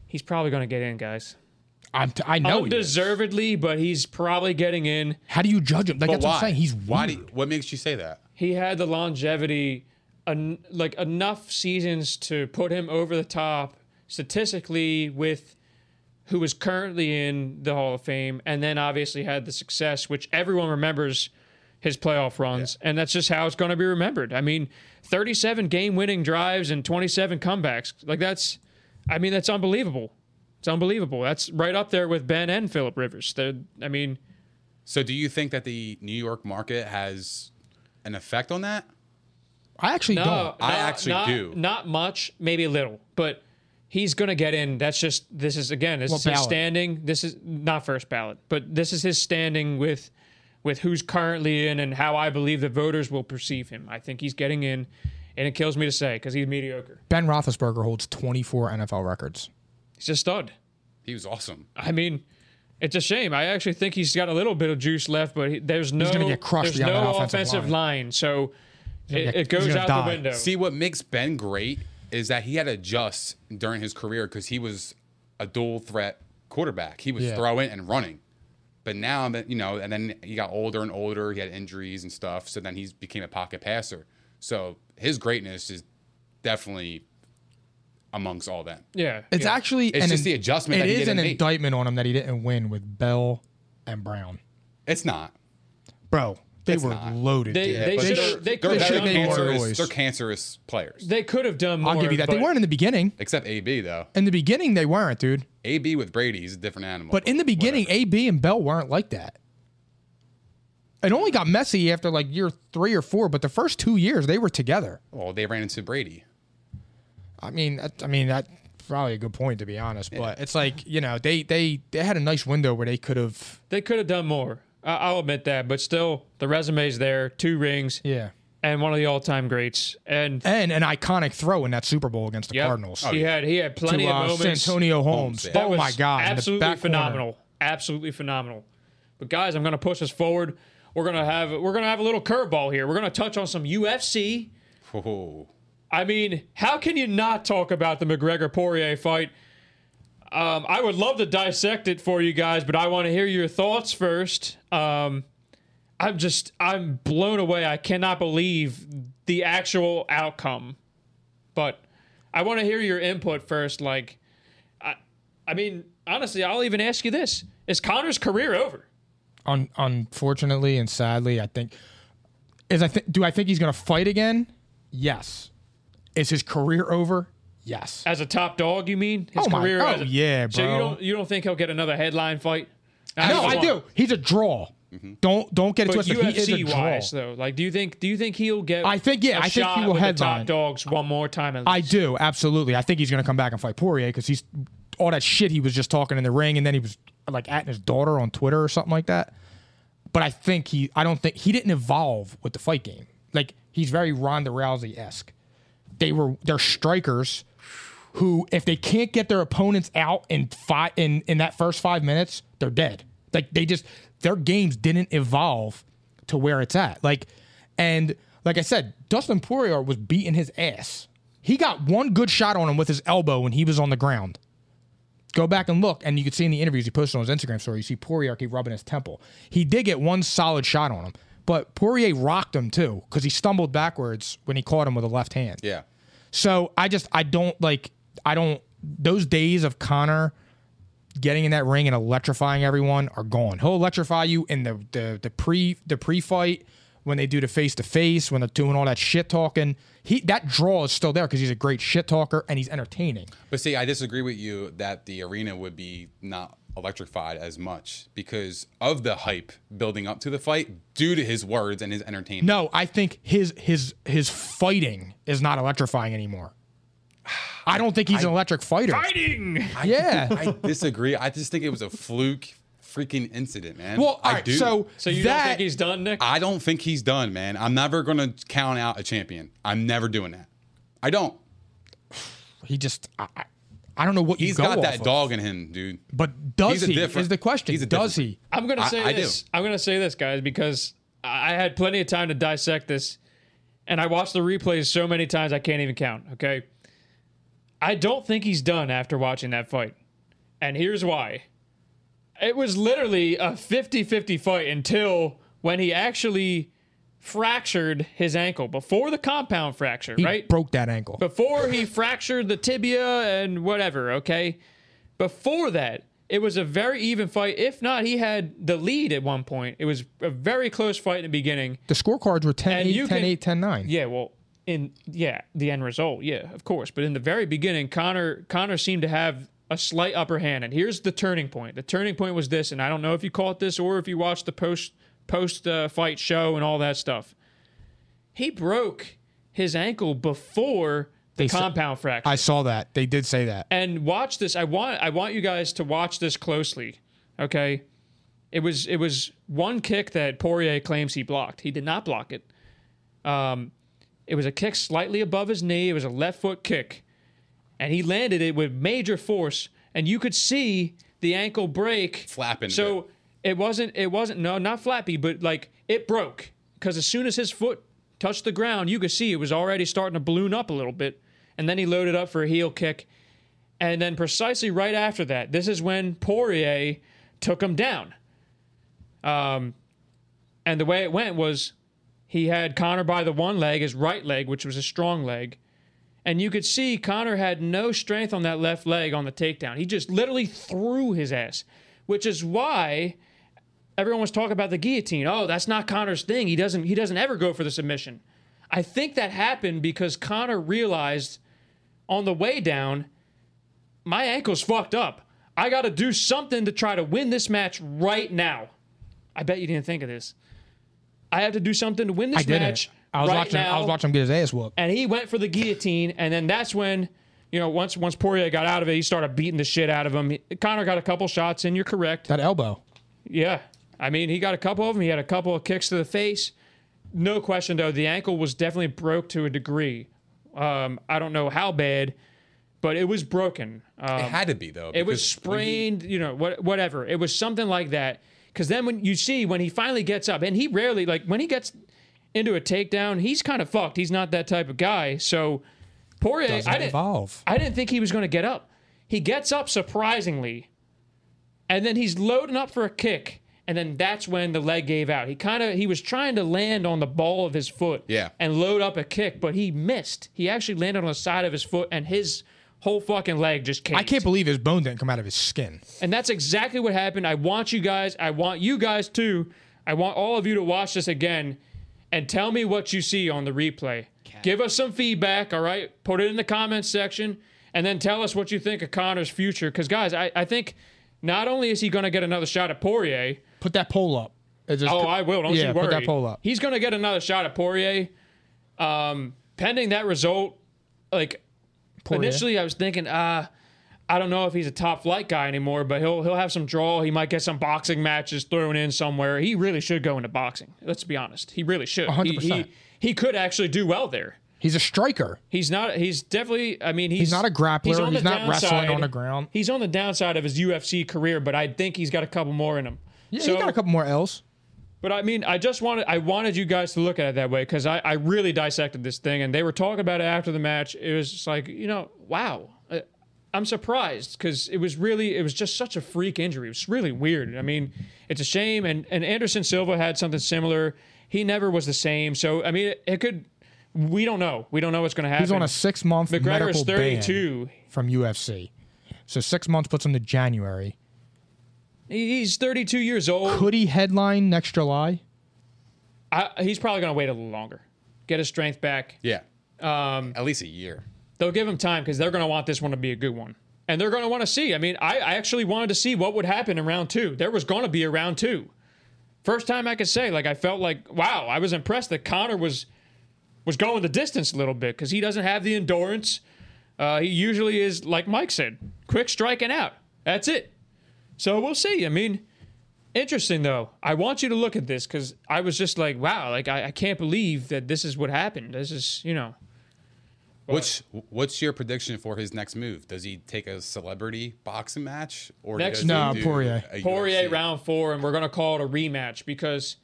S4: He's probably going to get in, guys.
S2: I'm t- I know. he is.
S4: Undeservedly, but he's probably getting in.
S2: How do you judge him? Like
S3: But
S2: that's what I'm
S3: why?
S2: saying. He's
S3: why?
S2: weird.
S3: Do, what makes you say that?
S4: he had the longevity, en- like enough seasons to put him over the top statistically with who is currently in the Hall of Fame, and then obviously had the success, which everyone remembers his playoff runs, and that's just how it's going to be remembered. I mean, 37 game winning drives and 27 comebacks. Like that's, I mean, that's unbelievable. It's unbelievable. That's right up there with Ben and Philip Rivers. They're, I mean,
S3: So do you think that the New York market has an effect on that?
S2: I actually
S4: no,
S2: don't.
S3: I
S4: not-
S3: actually
S4: not-
S3: do.
S4: Not much, maybe a little, but he's going to get in. That's just this is again this
S2: What
S4: is his
S2: ballot?
S4: standing. This is not first ballot, but this is his standing with with who's currently in and how I believe the voters will perceive him. I think he's getting in, and it kills me to say because he's mediocre.
S2: Ben Roethlisberger holds 24 NFL records.
S4: He's a stud.
S3: He was awesome.
S4: I mean. It's a shame. I actually think he's got a little bit of juice left, but he, there's no
S2: gonna get crushed
S4: there's
S2: beyond
S4: no
S2: that offensive
S4: offensive line, so it,
S2: get-
S4: it goes
S2: he's gonna
S4: out
S2: die.
S4: the window.
S3: See, what makes Ben great is that he had to adjust during his career because he was a dual threat quarterback. He was
S2: Yeah.
S3: throwing and running. But now, that you know, and then he got older and older. He had injuries and stuff. So then he became a pocket passer. So his greatness is definitely amongst all that.
S4: yeah,
S2: It's
S4: yeah.
S2: actually
S3: It's just the adjustment
S2: It
S3: that he
S2: is
S3: didn't
S2: an
S3: make.
S2: indictment on him that he didn't win with Bell and Brown,
S3: It's not.
S2: bro. They were
S3: not.
S2: loaded.
S4: They-
S2: dude.
S4: they
S3: But
S4: should-
S3: they're,
S4: they
S3: they're
S4: could've
S3: very
S2: done more
S3: cancerous.
S2: noise.
S3: They're cancerous players.
S4: They could have done more.
S2: I'll give you that. They
S4: but-
S2: weren't in the beginning.
S3: Except AB though.
S2: In the beginning, they weren't, dude.
S3: AB with Brady is a different animal.
S2: But in the beginning,
S3: whatever.
S2: AB and Bell weren't like that. It only got messy after like year three or four, but the first two years they were together.
S3: well, Oh, they ran into Brady.
S2: I mean, that- I mean that probably a good point to be honest. But it's like you know they they they had a nice window where they could have
S4: They could have done more. I- I'll admit that, but still, the resume's there. Two rings
S2: yeah
S4: and one of the all-time greats. And
S2: and an iconic throw in that Super Bowl against the
S4: yep,
S2: Cardinals
S4: He had he had
S2: to
S4: plenty
S2: uh,
S4: of moments.
S2: Santonio Holmes.
S3: Holmes, yeah.
S4: That
S2: Oh
S4: was
S2: my god, in the
S4: absolutely
S2: back corner.
S4: phenomenal, absolutely phenomenal. But guys, I'm gonna push us forward. We're gonna have we're gonna have a little curveball here. We're gonna touch on some UFC.
S3: Oh,
S4: I mean, how can you not talk about the McGregor Poirier fight? Um, I would love to dissect it for you guys, but I want to hear your thoughts first. Um, I'm just, I'm blown away. I cannot believe the actual outcome. But I want to hear your input first. Like, I, I mean, honestly, I'll even ask you this: Is Connor's career over?
S2: Un- unfortunately and sadly, I think is I think do I think he's going to fight again? Yes. Is his career over? Yes.
S4: As a top dog, you mean his
S2: Oh my-
S4: career?
S2: oh,
S4: as a-
S2: yeah,
S4: So you
S2: bro.
S4: don't, you don't think he'll get another headline fight?
S2: No,
S4: just
S2: I
S4: want-
S2: do. He's a draw. Don't don't get it
S4: Mm-hmm. But
S2: twisted. He is a
S4: UFC
S2: draw.
S4: wise, though, like, do you think do you think he'll get?
S2: I think, yeah,
S4: I
S2: I think he will
S4: with the top
S2: headline.
S4: dogs one more time. At
S2: I
S4: least.
S2: do absolutely. I think he's going to come back and fight Poirier because he's all that shit he was just talking in the ring, and then he was like atting his daughter on Twitter or something like that. But I think he, I don't think he didn't evolve with the fight game. Like he's very Ronda Rousey esque. They were they're strikers who, if they can't get their opponents out in five in in that first five minutes, they're dead. Like they just their games didn't evolve to where it's at. Like and like I said, Dustin Poirier was beating his ass. He got one good shot on him with his elbow when he was on the ground. Go back and look, and you can see in the interviews he posted on his Instagram story. You see Poirier keep rubbing his temple. He did get one solid shot on him, but Poirier rocked him too because he stumbled backwards when he caught him with a left hand.
S3: yeah.
S2: So I just I don't like I don't those days of Connor getting in that ring and electrifying everyone are gone. He'll electrify you in the the, the pre the pre fight when they do the face to face when they're doing all that shit talking. He that draw is still there because he's a great shit talker and he's entertaining.
S3: But see, I disagree with you that the arena would be not electrified as much because of the hype building up to the fight due to his words and his entertainment.
S2: No, I think his his his fighting is not electrifying anymore. I don't think he's an electric fighter.
S4: Fighting.
S2: Yeah.
S3: I disagree. I just think it was a fluke freaking incident, man.
S2: well, all
S3: I
S2: right, so
S4: So you
S2: that,
S4: don't think he's done, Nick?
S3: I don't think he's done, man. I'm never going to count out a champion. I'm never doing that. I don't.
S2: he just I, I- I don't know what you
S3: He's
S2: go
S3: got
S2: off
S3: that
S2: of.
S3: dog in him, dude.
S2: But does
S3: He's a
S2: he?
S3: different-
S2: Is the question?
S3: he's a
S2: does
S3: different-
S2: he?
S4: I'm gonna
S3: I-
S4: say
S3: I do.
S4: this. I'm gonna say this, guys, because I I had plenty of time to dissect this, and I watched the replays so many times I can't even count. Okay, I don't think he's done after watching that fight, and here's why. It was literally a 50-50 fight until when he actually fractured his ankle before the compound fracture,
S2: He
S4: right?
S2: broke that ankle.
S4: before he fractured the tibia and whatever, okay? Before that, It was a very even fight. If not, he had the lead at one point. It was a very close fight in the beginning.
S2: The scorecards were 10
S4: And
S2: 8,
S4: you
S2: 10
S4: can-
S2: 8, 10 9.
S4: Yeah, well, in yeah, the end result, yeah, of course. But in the very beginning, Connor Connor seemed to have a slight upper hand, and here's the turning point. The turning point was this, and I don't know if you caught this or if you watched the post post uh, fight show and all that stuff. He broke his ankle before the
S2: They sa-
S4: compound fracture.
S2: I saw that. They did say that.
S4: and watch this. I want I want you guys to watch this closely. Okay. It was it was one kick that Poirier claims he blocked. He did not block it. Um, it was a kick slightly above his knee. It was a left foot kick, and he landed it with major force. And you could see the ankle break,
S3: Flapping a
S4: So it wasn't it wasn't no not flappy, but like it broke because as soon as his foot touched the ground, you could see it was already starting to balloon up a little bit. And then he loaded up for a heel kick, and then precisely right after that, this is when Poirier took him down. Um, and the way it went was he had Connor by the one leg, his right leg, which was his strong leg. And you could see Connor had no strength on that left leg on the takedown. He just literally threw his ass, which is why everyone was talking about the guillotine. Oh, that's not Connor's thing. He doesn't he doesn't ever go for the submission. I think that happened because Connor realized on the way down, my ankle's fucked up. I got to do something to try to win this match right now. I bet you didn't think of this. I have to do something to win this
S2: I didn't.
S4: match.
S2: I was
S4: right
S2: watching. I
S4: now
S2: was watching him get his ass whooped.
S4: and he went for the guillotine, and then that's when you know once once Poirier got out of it, he started beating the shit out of him. Connor got a couple shots in. You're correct.
S2: That elbow.
S4: Yeah, I mean he got a couple of them. He had a couple of kicks to the face. No question though, the ankle was definitely broke to a degree. Um, I don't know how bad, but it was broken. Um,
S3: It had to be though.
S4: it was
S3: because when he-
S4: sprained, you know, what, whatever. It was something like that. Because then when you see when he finally gets up, and he rarely like when he gets into a takedown, he's kind of fucked. He's not that type of guy. So Poirier,
S2: Doesn't
S4: I didn't,
S2: evolve.
S4: I didn't think he was going to get up. He gets up surprisingly, and then he's loading up for a kick, and then that's when the leg gave out. He kind of he was trying to land on the ball of his foot,
S3: Yeah.
S4: and load up a kick, but he missed. He actually landed on the side of his foot, and his whole fucking leg just came.
S2: I can't believe his bone didn't come out of his skin.
S4: And that's exactly what happened. I want you guys, I want you guys too, I want all of you to watch this again and tell me what you see on the replay. Give us some feedback, all right? Put it in the comments section and then tell us what you think of Connor's future. Because, guys, I, I think not only is he going to get another shot at Poirier,
S2: Put that pole up. It just-
S4: oh, I will, don't
S2: yeah,
S4: you worry.
S2: Put that pole up.
S4: He's going to get another shot at Poirier. Um, pending that result, like,
S2: Poirier.
S4: Initially, I was thinking, uh, I don't know if he's a top flight guy anymore, but he'll he'll have some draw. He might get some boxing matches thrown in somewhere. He really should go into boxing. Let's be honest, he really should. He,
S2: 100%.
S4: he he could actually do well there.
S2: he's a striker.
S4: He's not. He's definitely. I mean, he's,
S2: He's not a grappler.
S4: on
S2: He's
S4: the
S2: not wrestling
S4: downside.
S2: on the ground.
S4: He's on the downside of his UFC career, but I think he's got a couple more in him.
S2: Yeah,
S4: So-
S2: he got a couple more L's.
S4: but I mean, I just wanted I wanted you guys to look at it that way because I, I really dissected this thing, and they were talking about it after the match. It was just like you know, wow, Uh, I'm surprised because it was really it was just such a freak injury. It was really weird. I mean, it's a shame. And and Anderson Silva had something similar. He never was the same. So I mean, it, it could. We don't know. We don't know what's going to happen.
S2: He's on a six month medical
S4: McGregor's
S2: ban
S4: 32.
S2: from UFC. So six months puts him to January.
S4: He- He's 32 years old.
S2: Could he headline next July?
S4: I, he's probably going to wait a little longer, get his strength back.
S3: yeah,
S2: Um,
S3: at least a year.
S4: they'll give him time because they're going to want this one to be a good one. And they're going to want to see. I mean, I, I actually wanted to see what would happen in round two. There was going to be a round two. First time I could say, like, I felt like, wow, I was impressed that Connor was was going the distance a little bit because he doesn't have the endurance. Uh, he usually is, like Mike said, quick striking out. That's it. So we'll see. I mean, interesting though. I want you to look at this because I was just like, wow, like I, I can't believe that this is what happened. This is, you know,
S3: What's what's your prediction for his next move? Does he take a celebrity boxing match or
S4: Next-
S3: does he
S2: No,
S3: do
S2: Poirier.
S3: a
S4: Poirier
S3: UFC?
S4: round four, and we're gonna call it a rematch because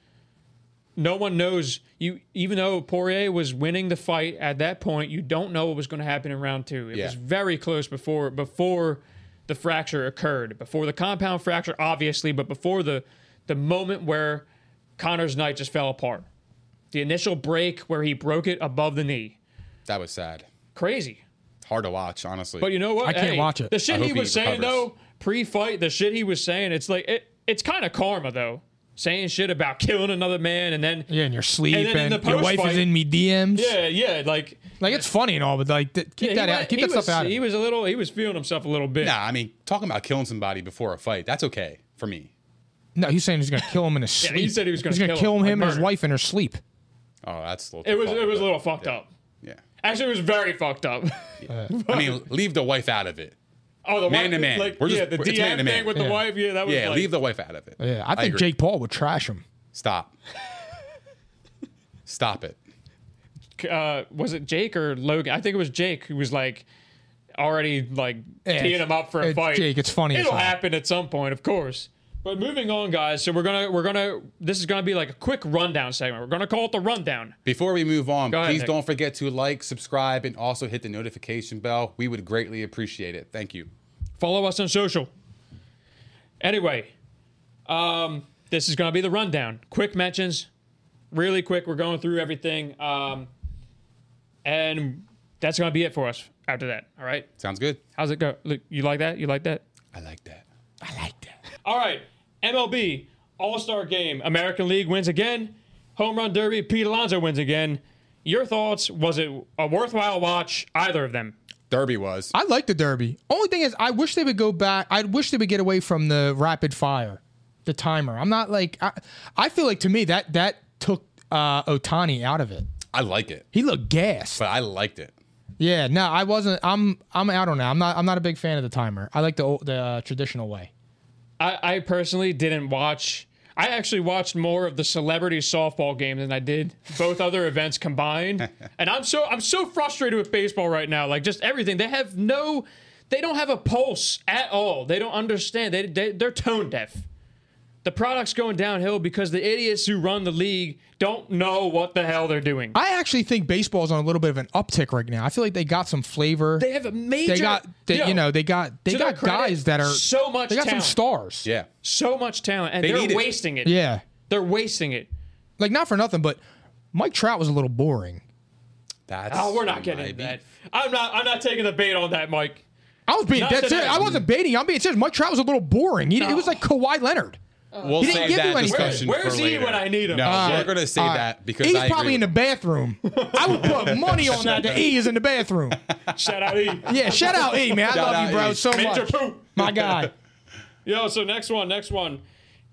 S4: no one knows you. Even though Poirier was winning the fight at that point, you don't know what was going to happen in round two. It
S3: Yeah.
S4: was very close before before the fracture occurred, before the compound fracture, obviously, but before the the moment where Connor's night just fell apart. The initial break where he broke it above the knee,
S3: That was sad.
S4: crazy.
S3: Hard to watch, honestly.
S4: But you know what?
S2: I can't
S4: Hey,
S2: watch it.
S4: The
S3: I
S4: shit
S3: hope
S4: he
S3: he
S4: was saying
S3: recovers.
S4: though, pre-fight, the shit he was saying, it's like it, it's kind of karma though. Saying shit about killing another man and then
S2: Yeah, in your sleep,
S4: And then
S2: and,
S4: in the
S2: your wife
S4: post-fight-
S2: is in me DMs.
S4: yeah, yeah, like
S2: Like it's funny and all, but like th- keep
S4: yeah, he
S2: that
S4: wa-
S2: out. Keep
S4: he
S2: that stuff
S4: was-
S2: out. of
S4: He
S2: it.
S4: was a little he was feeling himself a little bit.
S3: Nah, I mean, talking about killing somebody before a fight, that's okay for me.
S2: No, he's saying he's gonna kill him in his
S4: Yeah,
S2: sleep.
S4: he said he was gonna
S2: he's gonna kill
S4: kill him,
S2: him,
S4: like
S2: and his
S4: murder.
S2: wife in her sleep.
S3: Oh, that's a little
S4: It was
S3: fucked,
S4: it was a
S3: but-
S4: little fucked up.
S3: Yeah.
S4: Actually, it was very fucked up.
S3: I mean, leave the wife out of it.
S4: Oh, the
S3: Man
S4: wife,
S3: to man.
S4: Like,
S3: We're just-
S4: yeah, the
S3: it's
S4: DM
S3: man to man.
S4: thing with the
S2: Yeah.
S4: wife. Yeah, that was
S3: Yeah,
S4: like,
S3: leave the wife out of it.
S2: Yeah, I think
S3: agree.
S2: Jake Paul would trash him.
S3: Stop. Stop it.
S4: uh, was it Jake or Logan? I think it was Jake who was like already like
S2: Yeah,
S4: teeing him up for a
S2: it's
S4: fight.
S2: Jake, it's funny as
S4: It'll
S2: hell.
S4: happen at some point, of course. But moving on, guys. So we're gonna we're gonna this is gonna be like a quick rundown segment. We're gonna call it the rundown.
S3: Before we move on,
S4: Go ahead,
S3: please
S4: Nick.
S3: don't forget to like, subscribe, and also hit the notification bell. We would greatly appreciate it. Thank you.
S4: Follow us on social. Anyway, um, this is gonna be the rundown. Quick mentions, really quick. We're going through everything, um, and that's gonna be it for us after that. All right.
S3: Sounds good.
S4: How's it go? Look, you like that? You like that?
S3: I like that.
S4: All right, MLB All Star Game, American League wins again. Home Run Derby, Pete Alonso wins again. Your thoughts? Was it a worthwhile watch? Either of them?
S3: Derby was.
S2: I like the Derby. Only thing is, I wish they would go back. I wish they would get away from the rapid fire, the timer. I'm not like I. I feel like to me that that took uh, Otani out of it.
S3: I like it,
S2: He looked gassed.
S3: but I liked it.
S2: Yeah, no, I wasn't. I'm I'm out on that. I'm not I'm not a big fan of the timer. I like the old, the uh, traditional way.
S4: I, I personally didn't watch. I actually watched more of the celebrity softball game than I did both other events combined. And I'm so I'm so frustrated with baseball right now. Like just everything. They have no they don't have a pulse at all. They don't understand. They, they they're tone deaf. The product's going downhill because the idiots who run the league don't know what the hell they're doing.
S2: I actually think baseball's on a little bit of an uptick right now. I feel like they got some flavor.
S4: They have a major
S2: They got they,
S4: Yo,
S2: you know they got they
S4: to their
S2: got guys
S4: credit,
S2: that are
S4: so much
S2: They got
S4: talent.
S2: some stars.
S3: Yeah.
S4: so much talent and
S3: They
S4: they
S3: need
S4: are
S3: it.
S4: wasting it.
S2: Yeah.
S4: They're wasting it.
S2: Like not for nothing, but Mike Trout was a little boring.
S3: That's
S4: Oh, we're not getting into
S3: maybe-
S4: that. I'm not. I'm not taking the bait on that, Mike.
S2: I was being
S4: Not
S2: dead
S4: that
S2: serious.
S4: I-
S2: I wasn't baiting. I'm being serious. Mike Trout was a little boring. He, It was like Kawhi Leonard.
S3: We'll
S2: He didn't
S3: save
S2: give you
S3: that
S2: any-
S3: discussion
S4: Where- where's
S3: for
S4: he
S3: later.
S4: when I need him?
S3: No,
S4: Uh,
S3: we're gonna say
S2: All
S3: that
S2: right.
S3: because
S2: E's
S3: I agree
S2: probably in the
S3: with-
S2: bathroom. I would put money on that. The E is in the bathroom.
S4: Shout out E.
S2: Yeah, shout out E, man. I
S3: Shout
S2: love
S3: out
S2: you, bro,
S3: E.
S2: so
S4: Major
S2: much.
S4: poop.
S2: My guy.
S4: Yo, so next one, next one.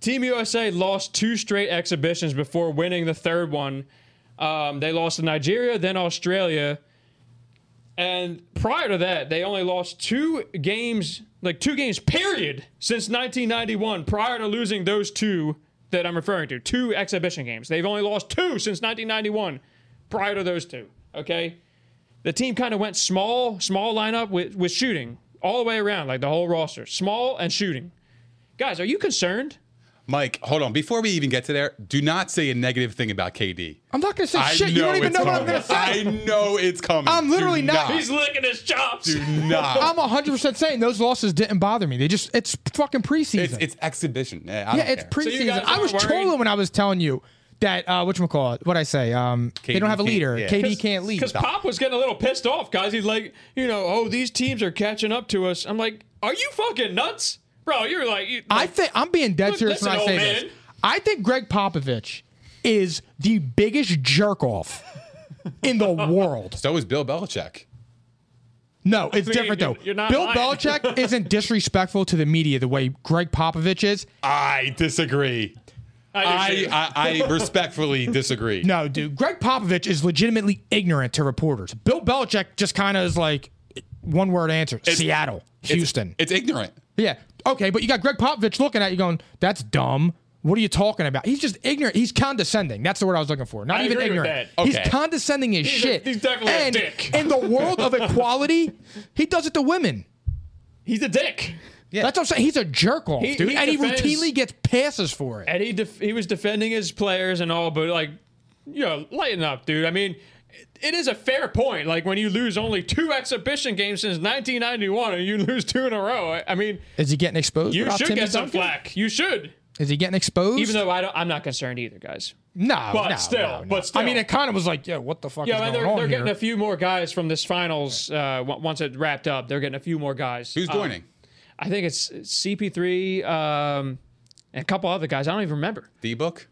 S4: Team USA lost two straight exhibitions before winning the third one. Um, they lost to Nigeria, then Australia. And prior to that, they only lost two games, like two games, period, since 1991, prior to losing those two that I'm referring to. Two exhibition games. They've only lost two since 1991, prior to those two. Okay? the team kind of went small, small lineup with, with shooting all the way around, like the whole roster. Small and shooting. Guys, are you concerned?
S3: Mike, hold on. Before we even get to there, do not say a negative thing about KD.
S2: I'm not gonna say
S3: I
S2: Oh, shit. You don't even
S3: it's
S2: know what I'm
S3: coming.
S2: gonna say.
S3: I know it's coming.
S2: I'm literally
S3: do
S2: not-
S3: not.
S4: He's licking his chops.
S3: do not.
S2: I'm 100 percent saying those losses didn't bother me. They just it's fucking preseason.
S3: It's, it's exhibition. Yeah, I
S2: yeah,
S3: don't
S2: it's
S3: care.
S4: you guys
S2: preseason. I
S4: aren't
S2: was
S4: worried?
S2: trolling when I was telling you that uh, what call it? What I say? Um, they
S3: KD
S2: don't have a
S3: can't-
S2: leader.
S3: yeah.
S2: KD can't lead.
S4: Because Pop was getting a little pissed off, guys. He's like, you know, oh, these teams are catching up to us. I'm like, are you fucking nuts? Bro, you're like, you,
S2: I think I'm being dead
S4: Look,
S2: serious when I
S4: listen,
S2: say
S4: old man.
S2: this. I think Greg Popovich is the biggest jerk off in the world.
S3: So is Bill Belichick.
S2: No, it's different
S4: you're-
S2: though.
S4: you're not
S2: Bill
S4: lying.
S2: Belichick isn't disrespectful to the media the way Greg Popovich is.
S3: I disagree.
S4: do
S3: I,
S4: too.
S3: I, I respectfully disagree.
S2: No, dude. Greg Popovich is legitimately ignorant to reporters. Bill Belichick just kind of is like one word answer Seattle, Houston.
S3: It's ignorant.
S2: yeah. Okay, but you got Greg Popovich looking at you going, that's dumb. What are you talking about? He's just ignorant. He's condescending. That's the word I was looking for. Not
S4: I
S2: even
S4: agree with
S2: ignorant.
S4: that.
S3: Okay.
S2: He's condescending as
S4: He's a-
S2: shit.
S4: he's definitely a
S2: and
S4: dick.
S2: in the world of equality, he does it to women.
S4: he's a dick.
S2: That's what I'm saying. He's a jerk off,
S4: He-
S2: dude.
S4: he
S2: and he
S4: defends-
S2: routinely gets passes for it.
S4: and he def- he was defending his players and all, but like, you know, lighten up, dude. I mean, it- it is a fair point. Like when you lose only two exhibition games since 1991 and you lose two in a row, I, I mean,
S2: Is he getting exposed?
S4: you
S2: without
S4: should
S2: Timmy
S4: get some
S2: Duncan?
S4: flack. You should,
S2: Is he getting exposed?
S4: even though I don't, I'm not concerned either, guys.
S2: No,
S4: But
S2: no,
S4: still-
S2: no, no.
S4: but still.
S2: I mean, it kind of was like, yeah, what the fuck
S4: Yeah,
S2: is
S4: man,
S2: going
S4: they're,
S2: on
S4: they're
S2: here?
S4: getting a few more guys from this finals uh, w- once it wrapped up. They're getting a few more guys.
S2: Oh.
S3: Who's
S4: Uh,
S3: joining?
S4: I think it's CP3 um, and a couple other guys. I don't even remember.
S3: D book.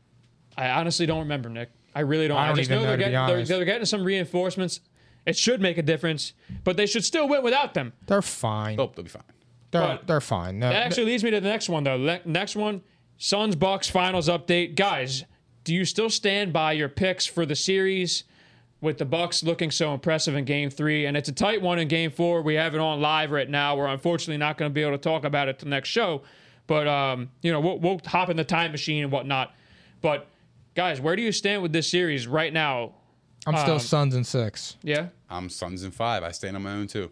S4: I honestly don't remember, Nick. I really don't.
S2: I don't
S4: just
S2: even
S4: know, they're,
S2: know, to be
S4: getting, they're,
S2: honest.
S4: they're getting some reinforcements. It should make a difference, but they should still win without them.
S2: They're fine.
S3: Nope, they'll be fine.
S2: They're,
S4: but-
S2: they're fine. No,
S4: That actually leads me to the next one, though. Le- next one, Suns Bucks finals update, guys. Do you still stand by your picks for the series? With the Bucks looking so impressive in Game Three, and it's a tight one in Game Four. We have it on live right now. We're unfortunately not going to be able to talk about it the next show, but um, you know we'll, we'll hop in the time machine and whatnot. But guys, where do you stand with this series right now?
S2: I'm still
S4: um,
S2: Suns and six.
S4: Yeah,
S3: I'm Suns and five. I stand on my own too.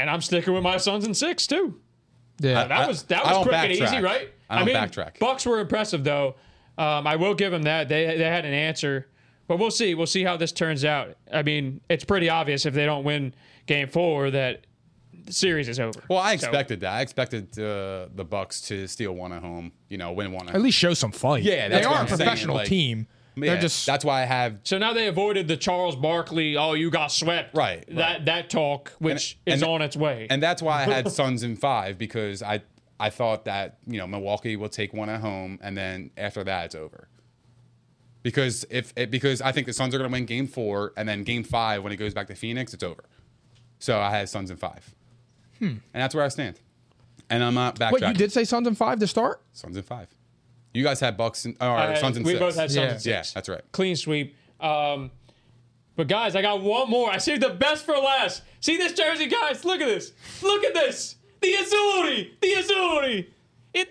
S4: and I'm sticking with my Suns in six too.
S2: Yeah.
S4: That
S3: I-
S4: was that
S3: I
S4: was
S3: don't
S4: quick and
S3: backtrack.
S4: easy, right?
S3: I don't
S4: mean,
S3: backtrack.
S4: Bucks were impressive though. Um, I will give them that. They they had an answer, but we'll see. We'll see how this turns out. I mean, it's pretty obvious if they don't win Game Four that the series is over.
S3: Well, I
S4: So-
S3: expected that. I expected uh, the Bucks to steal one at home. You know, win one at
S2: At least show some fight.
S3: Yeah,
S2: they
S3: that's what
S2: are a
S3: I'm saying,
S2: professional
S3: like-
S2: team.
S3: Yeah,
S2: they're just
S3: that's why I have
S4: So now they avoided the Charles Barkley. Oh, you got swept.
S3: Right,
S4: That that talk, which
S3: And-
S4: is
S3: and-
S4: on its way.
S3: and that's why I had Suns in five because I I thought that you know Milwaukee will take one at home and then after that it's over. Because if it, because I think the Suns are going to win Game Four and then Game Five when it goes back to Phoenix it's over. So I had Suns in five, and that's where I stand. And I'm not backtracking.
S2: wait. Hmm. You did say Suns and five to start?
S3: Suns in five. You guys had Bucks and or
S4: I had-
S3: Suns in
S4: Uh, we
S3: six.
S4: both had Suns
S2: Yeah.
S4: in six.
S3: yeah, that's right.
S4: clean sweep. Um, but guys, I got one more. I saved the best for last. See this jersey, guys? Look at this. Look at this. The Azzurri. The Azzurri.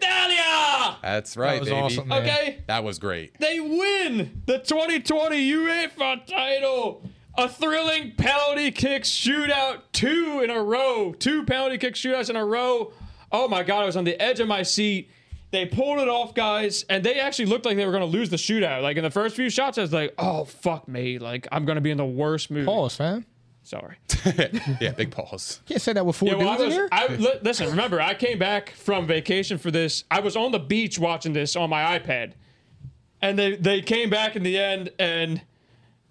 S4: Italia.
S3: That's right,
S2: That was
S3: baby.
S2: awesome, man.
S4: Okay.
S3: That was great.
S4: They win the 2020 UEFA E title. A thrilling penalty kick shootout, two in a row, two penalty kick shootouts in a row. Oh my God, I was on the edge of my seat. They pulled it off, guys, and they actually looked like they were going to lose the shootout. Like in the first few shots, I was like, "Oh fuck me!" Like I'm going to be in the worst mood.
S2: Pause, fam.
S4: Sorry.
S3: Yeah, big pause.
S2: Can't say that with four
S4: Yeah, well, I
S2: dudes in here.
S4: was- I- li- listen, remember, I came back from vacation for this. I was on the beach watching this on my iPad, and they they came back in the end, and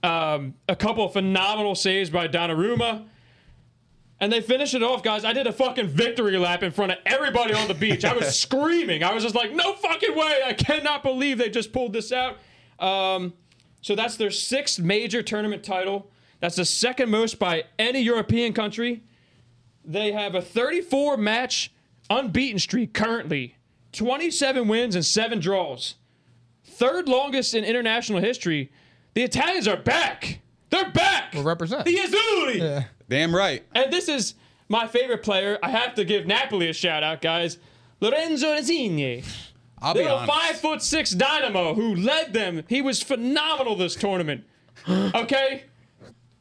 S4: um, a couple of phenomenal saves by Donnarumma. And they finished it off, guys. I did a fucking victory lap in front of everybody on the beach. I was screaming. I was just like, no fucking way. I cannot believe they just pulled this out. Um, so that's their sixth major tournament title. That's the second most by any European country. They have a 34 match unbeaten streak currently, 27 wins and seven draws. Third longest in international history. The Italians are back. They're back.
S2: We'll represent.
S4: The Azzurri.
S3: Damn right.
S4: And this is my favorite player. I have to give Napoli a shout out, guys. Lorenzo Insigne,
S3: I'll be
S4: little
S3: honest.
S4: five foot six dynamo who led them. He was phenomenal this tournament. Okay,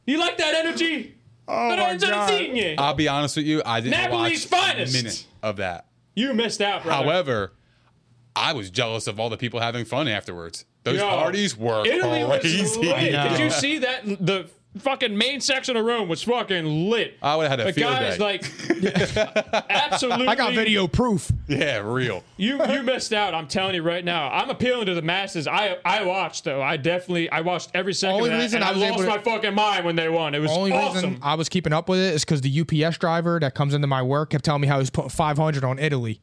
S4: you like that energy? Oh Lorenzo Insigne.
S3: I'll be honest with you. I didn't
S4: Napoli's
S3: watch
S4: finest.
S3: a minute of that.
S4: you missed out, brother.
S3: However, I was jealous of all the people having fun afterwards. Those
S4: Yo,
S3: parties were
S4: Italy was
S3: crazy.
S4: lit. Did you see that? The fucking main section of the room was fucking lit.
S3: I would have had a
S4: the
S3: field
S4: guys
S3: day.
S4: like absolutely.
S2: I got video proof.
S3: yeah, real.
S4: You you missed out. I'm telling you right now. I'm appealing to the masses. I I watched though. I definitely I watched every second.
S2: Only
S4: of that,
S2: reason
S4: and
S2: I
S4: I,
S2: was
S4: lost
S2: able to-
S4: my fucking mind when they won. It was
S2: Only
S4: awesome.
S2: reason I was keeping up with it is because the UPS driver that comes into my work kept telling me how he's putting 500 on Italy.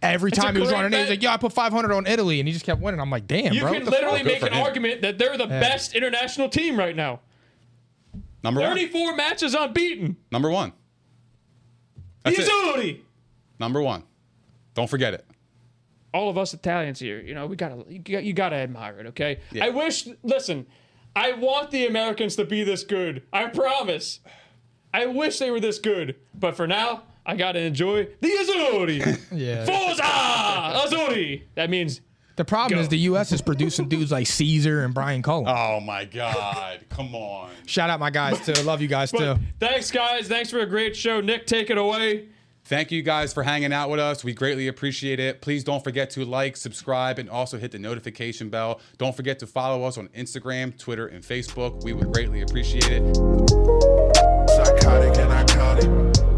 S2: Every
S4: a
S2: time he was
S4: correct
S2: running, he was
S4: bet.
S2: like, "Yeah, I put 500 on Italy," and he just kept winning. I'm like, "Damn,
S4: you
S2: bro." what
S4: can
S2: the fuck?"
S4: literally
S3: Good
S4: make
S3: for
S4: an
S3: him.
S4: argument that they're the best international team right now.
S3: Number one.
S4: 34 matches unbeaten.
S3: Number one. That's it.
S4: Izzurri.
S3: Number one. Don't forget it.
S4: all of us Italians here, you know, we gotta you gotta, you gotta admire it, okay? I wish. Listen, I want the Americans to be this good. I promise. I wish they were this good, but for now, I gotta enjoy the Azzurri.
S2: Yeah.
S4: Forza Azzurri. That means
S2: The problem
S4: Go.
S2: is the U.S. is producing dudes like Caesar and Brian Cullen.
S3: Oh my God. Come on.
S2: Shout out my guys too. Love you guys too.
S4: but thanks, guys. Thanks for a great show. Nick, take it away.
S3: Thank you guys for hanging out with us. We greatly appreciate it. Please don't forget to like, subscribe, and also hit the notification bell. Don't forget to follow us on Instagram, Twitter, and Facebook. We would greatly appreciate it.
S1: Psychotic and I caught it.